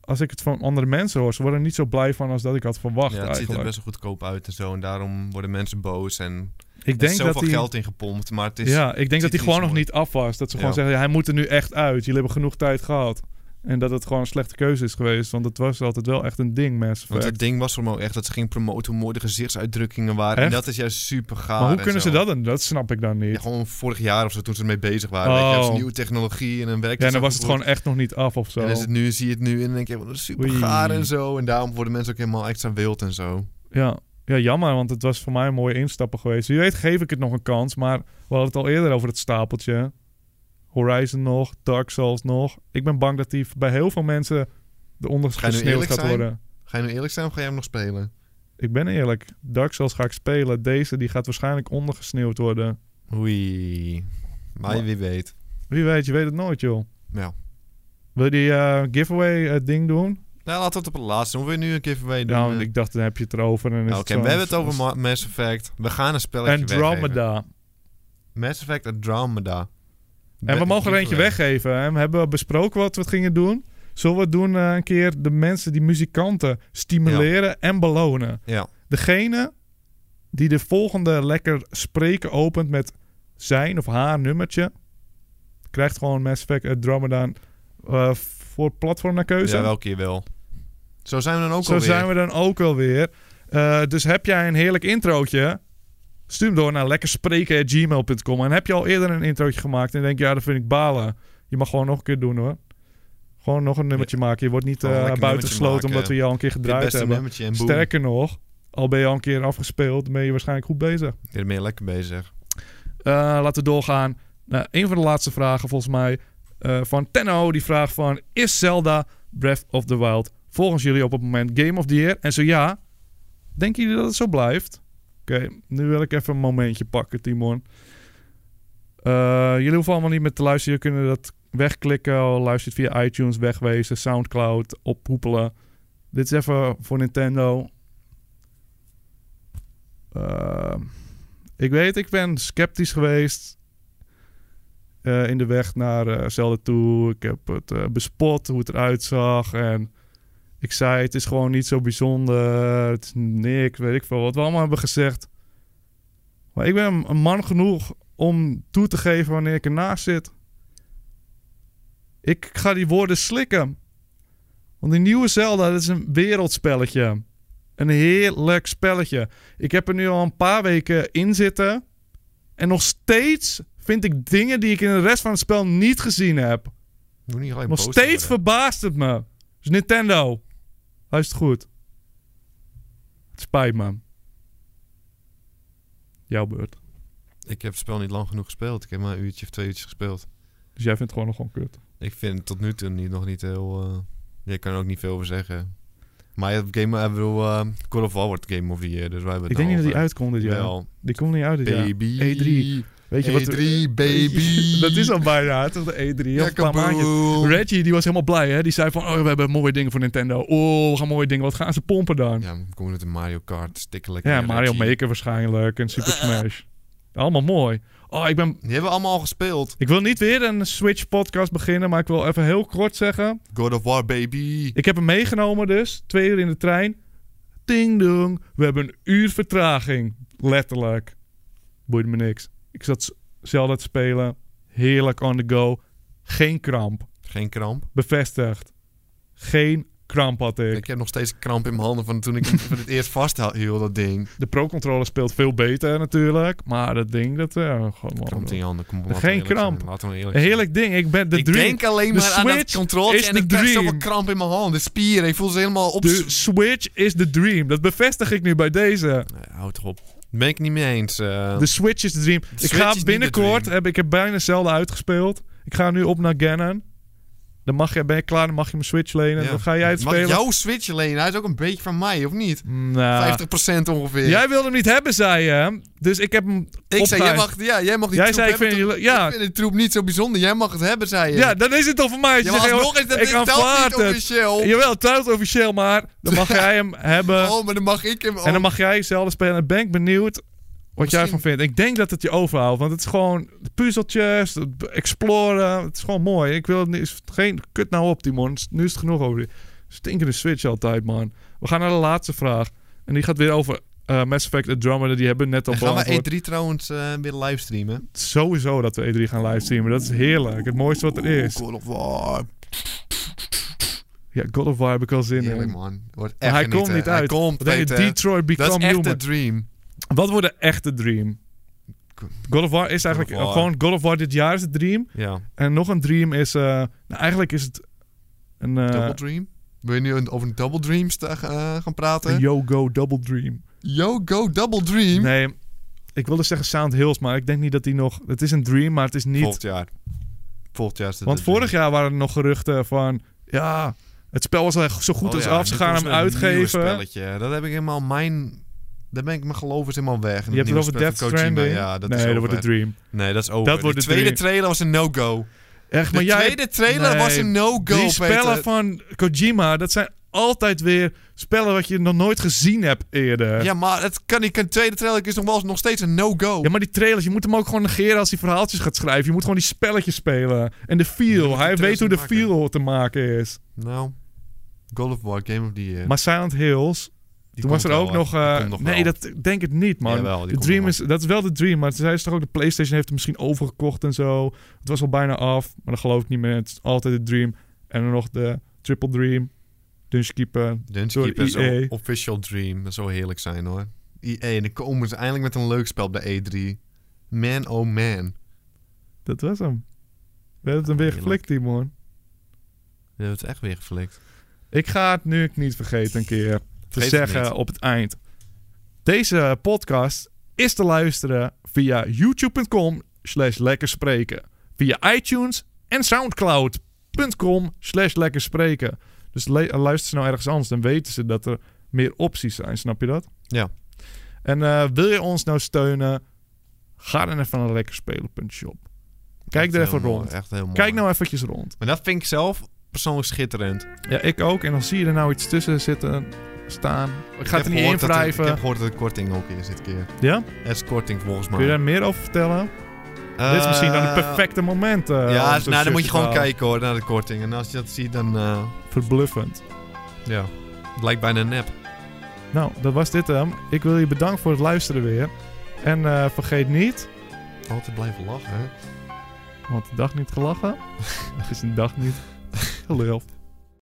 [SPEAKER 2] als ik het van andere mensen hoor, ze worden er niet zo blij van als dat ik had verwacht
[SPEAKER 3] ja, het ziet er
[SPEAKER 2] eigenlijk.
[SPEAKER 3] best wel goedkoop uit en zo. En daarom worden mensen boos en
[SPEAKER 2] Ik denk
[SPEAKER 3] er is
[SPEAKER 2] dat
[SPEAKER 3] zoveel
[SPEAKER 2] die...
[SPEAKER 3] geld in gepompt. Maar het is...
[SPEAKER 2] ja, ik denk dat
[SPEAKER 3] ziet
[SPEAKER 2] hij gewoon
[SPEAKER 3] er niet
[SPEAKER 2] nog
[SPEAKER 3] zo
[SPEAKER 2] niet af was. Dat ze gewoon
[SPEAKER 3] Ja.
[SPEAKER 2] zeggen, ja, hij moet er nu echt uit. Jullie hebben genoeg tijd gehad. En dat het gewoon een slechte keuze is geweest. Want het was altijd wel echt een ding, Mass
[SPEAKER 3] Want
[SPEAKER 2] Effect.
[SPEAKER 3] het ding was voor me ook echt dat ze ging promoten hoe mooi de gezichtsuitdrukkingen waren. En
[SPEAKER 2] Echt?
[SPEAKER 3] dat is juist super gaaf.
[SPEAKER 2] maar hoe
[SPEAKER 3] en
[SPEAKER 2] kunnen
[SPEAKER 3] zo.
[SPEAKER 2] ze dat dan? Dat snap ik dan niet.
[SPEAKER 3] Ja,
[SPEAKER 2] Ja,
[SPEAKER 3] gewoon vorig jaar of zo, toen ze ermee bezig waren.
[SPEAKER 2] Oh.
[SPEAKER 3] Weet je, dat is nieuwe technologie en dan werkt
[SPEAKER 2] en dan
[SPEAKER 3] zo
[SPEAKER 2] was het
[SPEAKER 3] goed.
[SPEAKER 2] gewoon echt nog niet af of zo.
[SPEAKER 3] En dan is het nu, zie je het nu en dan denk je, wat een super
[SPEAKER 2] Oei.
[SPEAKER 3] gaar en zo. En daarom worden mensen ook helemaal extra wild en zo.
[SPEAKER 2] Ja. ja, jammer, want het was voor mij een mooie instappen geweest. Wie weet geef ik het nog een kans, maar we hadden het al eerder over het stapeltje. Horizon nog, Dark Souls nog. Ik ben bang dat die bij heel veel mensen de ondergesneeuwd
[SPEAKER 3] eerlijk
[SPEAKER 2] gaat
[SPEAKER 3] zijn?
[SPEAKER 2] worden.
[SPEAKER 3] Ga je nu eerlijk zijn of ga jij hem nog spelen?
[SPEAKER 2] Ik ben eerlijk, Dark Souls ga ik spelen. Deze die gaat waarschijnlijk ondergesneeuwd worden.
[SPEAKER 3] Oei. Maar
[SPEAKER 2] Maar-
[SPEAKER 3] wie weet.
[SPEAKER 2] Wie weet, je weet het nooit joh.
[SPEAKER 3] Ja.
[SPEAKER 2] Wil je die eh, giveaway eh, ding doen?
[SPEAKER 3] Nou, laten we het op het laatste. Hoe wil je nu een keer verweden?
[SPEAKER 2] Ja, want ik dacht dan heb je het erover. en is
[SPEAKER 3] eh. Oké,
[SPEAKER 2] het
[SPEAKER 3] we
[SPEAKER 2] zo'n-
[SPEAKER 3] hebben het over Ma- Mass Effect. We gaan een spelletje weggeven.
[SPEAKER 2] Andromeda.
[SPEAKER 3] Mass Effect Andromeda.
[SPEAKER 2] En we
[SPEAKER 3] Be-
[SPEAKER 2] mogen er eentje
[SPEAKER 3] giveaway.
[SPEAKER 2] weggeven. En we hebben besproken wat we het gingen doen. Zullen we doen eh, een keer de mensen die muzikanten stimuleren en belonen.
[SPEAKER 3] Ja.
[SPEAKER 2] Degene die de volgende lekker spreken opent met zijn of haar nummertje, krijgt gewoon Mass Effect Andromeda eh, voor platform naar keuze.
[SPEAKER 3] Ja, welke je wil. Zo zijn we dan ook
[SPEAKER 2] Zo
[SPEAKER 3] alweer.
[SPEAKER 2] zijn we dan ook alweer. Eh dus heb jij een heerlijk introotje? Stuur hem door naar lekkerspreken.gmail.com. En heb je al eerder een introotje gemaakt en denk je, ja, dat vind ik balen. Je mag gewoon nog een keer doen hoor. Gewoon nog een nummertje maken. Je wordt niet
[SPEAKER 3] Gewoon een
[SPEAKER 2] eh,
[SPEAKER 3] lekker
[SPEAKER 2] buitengesloten
[SPEAKER 3] nummertje
[SPEAKER 2] omdat we je al een keer
[SPEAKER 3] Dit
[SPEAKER 2] gedraaid
[SPEAKER 3] beste
[SPEAKER 2] hebben.
[SPEAKER 3] nummertje en boem.
[SPEAKER 2] Sterker nog, al ben je al een keer afgespeeld, ben je waarschijnlijk goed bezig.
[SPEAKER 3] Dit ben je lekker bezig.
[SPEAKER 2] Eh, laten we doorgaan. Nou, een van de laatste vragen volgens mij eh, van Tenno. Die vraagt van, is Zelda Breath of the Wild volgens jullie op het moment Game of the Year? En zo ja, denken jullie dat het zo blijft? Oké, nu wil ik even een momentje pakken, Timon. Eh, jullie hoeven allemaal niet meer te luisteren. Jullie kunnen dat wegklikken. Luistert via iTunes, wegwezen, Soundcloud, oppoepelen. Dit is even voor Nintendo. Ehm ik weet, ik ben sceptisch geweest eh, in de weg naar eh, Zelda toe. Ik heb het eh, bespot, hoe het eruit zag. En ik zei, het is gewoon niet zo bijzonder. Het is niks, weet ik veel. Wat we allemaal hebben gezegd. Maar ik ben een man genoeg om toe te geven wanneer ik ernaast zit. Ik ga die woorden slikken. Want die nieuwe Zelda, dat is een wereldspelletje. Een heerlijk spelletje. Ik heb er nu al een paar weken in zitten. En nog steeds vind ik dingen die ik in de rest van het spel niet gezien heb.
[SPEAKER 3] Doe niet alleen
[SPEAKER 2] Nog
[SPEAKER 3] boos
[SPEAKER 2] steeds
[SPEAKER 3] te worden.
[SPEAKER 2] verbaast het me. Dus Nintendo, luister goed. Het spijt me. Jouw beurt.
[SPEAKER 3] Ik heb het spel niet lang genoeg gespeeld. Ik heb maar een uurtje of twee uurtjes gespeeld.
[SPEAKER 2] Dus jij vindt het gewoon nog gewoon kut.
[SPEAKER 3] Ik vind het tot nu toe niet, nog niet heel... eh je kan er ook niet veel over zeggen. Maar het game, ik bedoel, eh, Call of War wordt Game of the Year, dus wij hebben
[SPEAKER 2] Ik
[SPEAKER 3] het
[SPEAKER 2] denk niet dat
[SPEAKER 3] nou
[SPEAKER 2] die uitkomt dit
[SPEAKER 3] over.
[SPEAKER 2] jaar.
[SPEAKER 3] Wel,
[SPEAKER 2] Die komt niet uit dit jaar.
[SPEAKER 3] baby.
[SPEAKER 2] E3. Weet je wat? we-
[SPEAKER 3] E3, baby.
[SPEAKER 2] dat is al bijna, toch? De E3. of een paar maandjes.
[SPEAKER 3] kaboom.
[SPEAKER 2] Reggie die was helemaal blij, hè? Die zei van, oh, we hebben mooie dingen voor Nintendo. Oh, we gaan mooie dingen. Wat gaan ze pompen dan? Ja,
[SPEAKER 3] Ja, maar we komen met een Mario Kart. Stikken lekker. in,
[SPEAKER 2] Mario
[SPEAKER 3] Reggie.
[SPEAKER 2] Maker waarschijnlijk en Super Smash. Allemaal mooi. Oh, ik ben...
[SPEAKER 3] Die hebben we allemaal al gespeeld.
[SPEAKER 2] Ik wil niet weer een Switch-podcast beginnen, maar ik wil even heel kort zeggen...
[SPEAKER 3] God of War, baby.
[SPEAKER 2] Ik heb hem meegenomen dus, twee uur in de trein. Ding dong, we hebben een uur vertraging. Letterlijk. Boeit me niks. Ik zat z- zelden te spelen. Heerlijk on the go. Geen kramp.
[SPEAKER 3] Geen kramp.
[SPEAKER 2] Bevestigd. Geen kramp had ik.
[SPEAKER 3] Ik heb nog steeds kramp in mijn handen van toen ik hem voor het eerst vasthield, dat ding.
[SPEAKER 2] De pro-controller speelt veel beter natuurlijk. Maar dat ding, dat... eh, gewoon,
[SPEAKER 3] Kramp in je handen. Kom, laten we
[SPEAKER 2] Geen
[SPEAKER 3] eerlijk zijn.
[SPEAKER 2] kramp.
[SPEAKER 3] Laten we eerlijk
[SPEAKER 2] een
[SPEAKER 3] zijn.
[SPEAKER 2] heerlijk ding. Ik ben de
[SPEAKER 3] ik
[SPEAKER 2] dream.
[SPEAKER 3] denk alleen
[SPEAKER 2] De
[SPEAKER 3] maar aan dat
[SPEAKER 2] Switch
[SPEAKER 3] controltje
[SPEAKER 2] is
[SPEAKER 3] en
[SPEAKER 2] de
[SPEAKER 3] ik krijg
[SPEAKER 2] dream.
[SPEAKER 3] zoveel kramp in mijn hand. De spieren, ik voel ze helemaal op...
[SPEAKER 2] De Switch is the dream. Dat bevestig ik nu bij deze.
[SPEAKER 3] Nee, Eh, houd toch op. Ben ik niet mee eens. eh.
[SPEAKER 2] De Switch is de dream. ik
[SPEAKER 3] Switch is
[SPEAKER 2] ga
[SPEAKER 3] niet de
[SPEAKER 2] binnenkort...
[SPEAKER 3] dream.
[SPEAKER 2] Heb, ik heb bijna zelden uitgespeeld. Ik ga nu op naar Ganon. Dan mag je, ben je klaar, dan mag je mijn Switch lenen.
[SPEAKER 3] Ja.
[SPEAKER 2] Dan ga jij het
[SPEAKER 3] Mag
[SPEAKER 2] spelen.
[SPEAKER 3] jouw Switch alleen? Hij is ook een beetje van mij, of niet?
[SPEAKER 2] Nou,
[SPEAKER 3] 50% ongeveer.
[SPEAKER 2] jij wilde hem niet hebben, zei je. hè? Dus ik heb hem
[SPEAKER 3] ik zei, jij
[SPEAKER 2] optuigd.
[SPEAKER 3] mag, ja, jij mag die
[SPEAKER 2] Jij
[SPEAKER 3] troep
[SPEAKER 2] zei, ik
[SPEAKER 3] hebben.
[SPEAKER 2] vind
[SPEAKER 3] toch?
[SPEAKER 2] jullie- ja.
[SPEAKER 3] Ik vind de troep niet zo bijzonder. Jij mag het hebben, zei je.
[SPEAKER 2] Ja, dan is het toch voor mij.
[SPEAKER 3] Ja,
[SPEAKER 2] Je
[SPEAKER 3] maar
[SPEAKER 2] zegt,
[SPEAKER 3] alsnog is
[SPEAKER 2] ik
[SPEAKER 3] dat dit telt
[SPEAKER 2] aanvaard
[SPEAKER 3] niet
[SPEAKER 2] het.
[SPEAKER 3] officieel.
[SPEAKER 2] Jawel, telt officieel, maar dan mag jij hem hebben.
[SPEAKER 3] Oh, maar dan mag ik hem... Oh,
[SPEAKER 2] En dan mag jij zelf spelen. En ben ik benieuwd wat jij ervan
[SPEAKER 3] Misschien-
[SPEAKER 2] vindt. Ik denk dat het je overhaalt. Want het is gewoon de puzzeltjes, het b- exploren. Het is gewoon mooi. Ik wil het niet, geen kut nou op, Timon. Nu is het genoeg over die stinkende Switch altijd, man. We gaan naar de laatste vraag. En die gaat weer over eh, Mass Effect Andromeda. Die hebben we net al
[SPEAKER 3] Dan gaan
[SPEAKER 2] beantwoord.
[SPEAKER 3] we E3 trouwens eh, weer livestreamen.
[SPEAKER 2] E Sowieso dat we E3 gaan livestreamen. Dat is heerlijk. Het mooiste wat er is.
[SPEAKER 3] Call of War.
[SPEAKER 2] Ja, God of War heb ik al zin
[SPEAKER 3] Heerlijk,
[SPEAKER 2] in.
[SPEAKER 3] man. Wordt
[SPEAKER 2] Maar
[SPEAKER 3] echt
[SPEAKER 2] hij komt
[SPEAKER 3] genieten.
[SPEAKER 2] niet uit.
[SPEAKER 3] Hij komt,
[SPEAKER 2] Wat denk je,
[SPEAKER 3] Peter.
[SPEAKER 2] Detroit
[SPEAKER 3] Dat
[SPEAKER 2] Become
[SPEAKER 3] is echt
[SPEAKER 2] Human.
[SPEAKER 3] de dream.
[SPEAKER 2] Wat wordt de echte dream? God of War is eigenlijk
[SPEAKER 3] War.
[SPEAKER 2] gewoon God of War dit jaar is de dream.
[SPEAKER 3] Ja.
[SPEAKER 2] En nog een dream is... eh, nou, eigenlijk is het een, eh,
[SPEAKER 3] double dream? Wil je nu een- over een double dream sta- eh, gaan praten?
[SPEAKER 2] een Yo-Go Double Dream.
[SPEAKER 3] Yo, go double dream.
[SPEAKER 2] Nee, ik wilde zeggen Sound Hills, maar ik denk niet dat die nog... Het is een dream, maar het is niet...
[SPEAKER 3] Volgend jaar. Volgend jaar is het
[SPEAKER 2] Want
[SPEAKER 3] de
[SPEAKER 2] vorig
[SPEAKER 3] dream.
[SPEAKER 2] jaar waren er nog geruchten van... Ja, het spel was al echt zo goed
[SPEAKER 3] Oh
[SPEAKER 2] als
[SPEAKER 3] ja,
[SPEAKER 2] af. Ze
[SPEAKER 3] dit
[SPEAKER 2] gaan
[SPEAKER 3] was
[SPEAKER 2] hem
[SPEAKER 3] een nieuw
[SPEAKER 2] uitgeven.
[SPEAKER 3] spelletje. Dat heb ik helemaal mijn... Daar ben ik mijn geloof is helemaal weg.
[SPEAKER 2] Je hebt het
[SPEAKER 3] nieuwe
[SPEAKER 2] over
[SPEAKER 3] spel
[SPEAKER 2] Death
[SPEAKER 3] van Kojima,
[SPEAKER 2] Stranding.
[SPEAKER 3] Ja, dat
[SPEAKER 2] nee,
[SPEAKER 3] is
[SPEAKER 2] dat
[SPEAKER 3] over.
[SPEAKER 2] wordt de dream.
[SPEAKER 3] Nee, dat is over.
[SPEAKER 2] Dat
[SPEAKER 3] De
[SPEAKER 2] wordt de
[SPEAKER 3] tweede
[SPEAKER 2] dream.
[SPEAKER 3] trailer was een no-go.
[SPEAKER 2] Echt,
[SPEAKER 3] De
[SPEAKER 2] maar jij...
[SPEAKER 3] tweede trailer
[SPEAKER 2] Nee.
[SPEAKER 3] was een no-go,
[SPEAKER 2] die
[SPEAKER 3] Peter.
[SPEAKER 2] spellen van Kojima, dat zijn altijd weer spellen wat je nog nooit gezien hebt eerder. Ja,
[SPEAKER 3] Ja, maar het kan niet. De tweede trailer is nog, wel, nog steeds een no-go.
[SPEAKER 2] maar die trailers, je moet hem ook gewoon negeren als hij verhaaltjes gaat schrijven. Je moet gewoon die spelletjes spelen. En de
[SPEAKER 3] Je
[SPEAKER 2] feel,
[SPEAKER 3] moet
[SPEAKER 2] hij
[SPEAKER 3] die
[SPEAKER 2] weet hoe de
[SPEAKER 3] trailers niet
[SPEAKER 2] feel te maken is.
[SPEAKER 3] Nou, God of War, Game of the Year.
[SPEAKER 2] Maar Silent Hills,
[SPEAKER 3] Die
[SPEAKER 2] toen was er
[SPEAKER 3] komt
[SPEAKER 2] ook
[SPEAKER 3] wel,
[SPEAKER 2] nog...
[SPEAKER 3] hè.
[SPEAKER 2] eh,
[SPEAKER 3] Die komt nog
[SPEAKER 2] nee,
[SPEAKER 3] wel.
[SPEAKER 2] dat ik denk ik niet, man.
[SPEAKER 3] Jawel, die
[SPEAKER 2] de
[SPEAKER 3] komt
[SPEAKER 2] dream
[SPEAKER 3] nog
[SPEAKER 2] is, dat is wel de dream, maar zij is toch ook... De Playstation heeft hem misschien overgekocht en zo. Het was al bijna af, maar dat geloof ik niet meer. Het is altijd de dream. En dan nog de triple dream, Dungeon Keeper.
[SPEAKER 3] Dungeon
[SPEAKER 2] Door
[SPEAKER 3] Keeper is
[SPEAKER 2] EA.
[SPEAKER 3] een official dream. Dat zou heerlijk zijn hoor. EA, en dan komen ze eindelijk met een leuk spel bij E3. Man oh man.
[SPEAKER 2] Dat was hem. We hebben het hem weer
[SPEAKER 3] Heerlijk.
[SPEAKER 2] geflikt, Timon.
[SPEAKER 3] Dat wordt echt weer geflikt.
[SPEAKER 2] Ik ga het nu ik niet vergeten een keer te
[SPEAKER 3] Vergeet het
[SPEAKER 2] zeggen
[SPEAKER 3] niet.
[SPEAKER 2] op het eind. Deze podcast is te luisteren via youtube.com slash lekker spreken. Via iTunes en soundcloud.com slash lekker spreken. Dus le- luister ze nou ergens anders, dan weten ze dat er meer opties zijn. Snap je dat?
[SPEAKER 3] Ja.
[SPEAKER 2] En eh, wil je ons nou steunen? Ga dan even naar lekkerspelen.shop. Kijk
[SPEAKER 3] Echt
[SPEAKER 2] er
[SPEAKER 3] heel
[SPEAKER 2] even
[SPEAKER 3] mooi,
[SPEAKER 2] rond.
[SPEAKER 3] Echt heel mooi.
[SPEAKER 2] Kijk nou eventjes rond.
[SPEAKER 3] Maar dat vind ik zelf persoonlijk schitterend.
[SPEAKER 2] Ja, ik ook. En dan zie je er nou iets tussen zitten, staan. Ik ga
[SPEAKER 3] heb
[SPEAKER 2] het er niet in
[SPEAKER 3] gehoord dat er- Ik
[SPEAKER 2] wrijven.
[SPEAKER 3] heb gehoord dat er korting ook is dit keer.
[SPEAKER 2] Ja?
[SPEAKER 3] Er is korting volgens mij.
[SPEAKER 2] Kun je daar meer over vertellen? Dit is misschien dan het
[SPEAKER 3] Eh,
[SPEAKER 2] perfecte moment. eh, om
[SPEAKER 3] Ja,
[SPEAKER 2] zo'n
[SPEAKER 3] nou, dan moet
[SPEAKER 2] shirtje
[SPEAKER 3] je
[SPEAKER 2] te
[SPEAKER 3] gewoon
[SPEAKER 2] halen.
[SPEAKER 3] kijken hoor, naar de korting. En als je dat ziet, dan... eh,
[SPEAKER 2] Verbluffend.
[SPEAKER 3] ja, het lijkt bijna nep.
[SPEAKER 2] Nou, dat was dit hem. Ik wil je bedanken voor het luisteren weer. En eh, vergeet niet,
[SPEAKER 3] Altijd blijven lachen, hè?
[SPEAKER 2] want de dag niet gelachen is een dag niet geluld.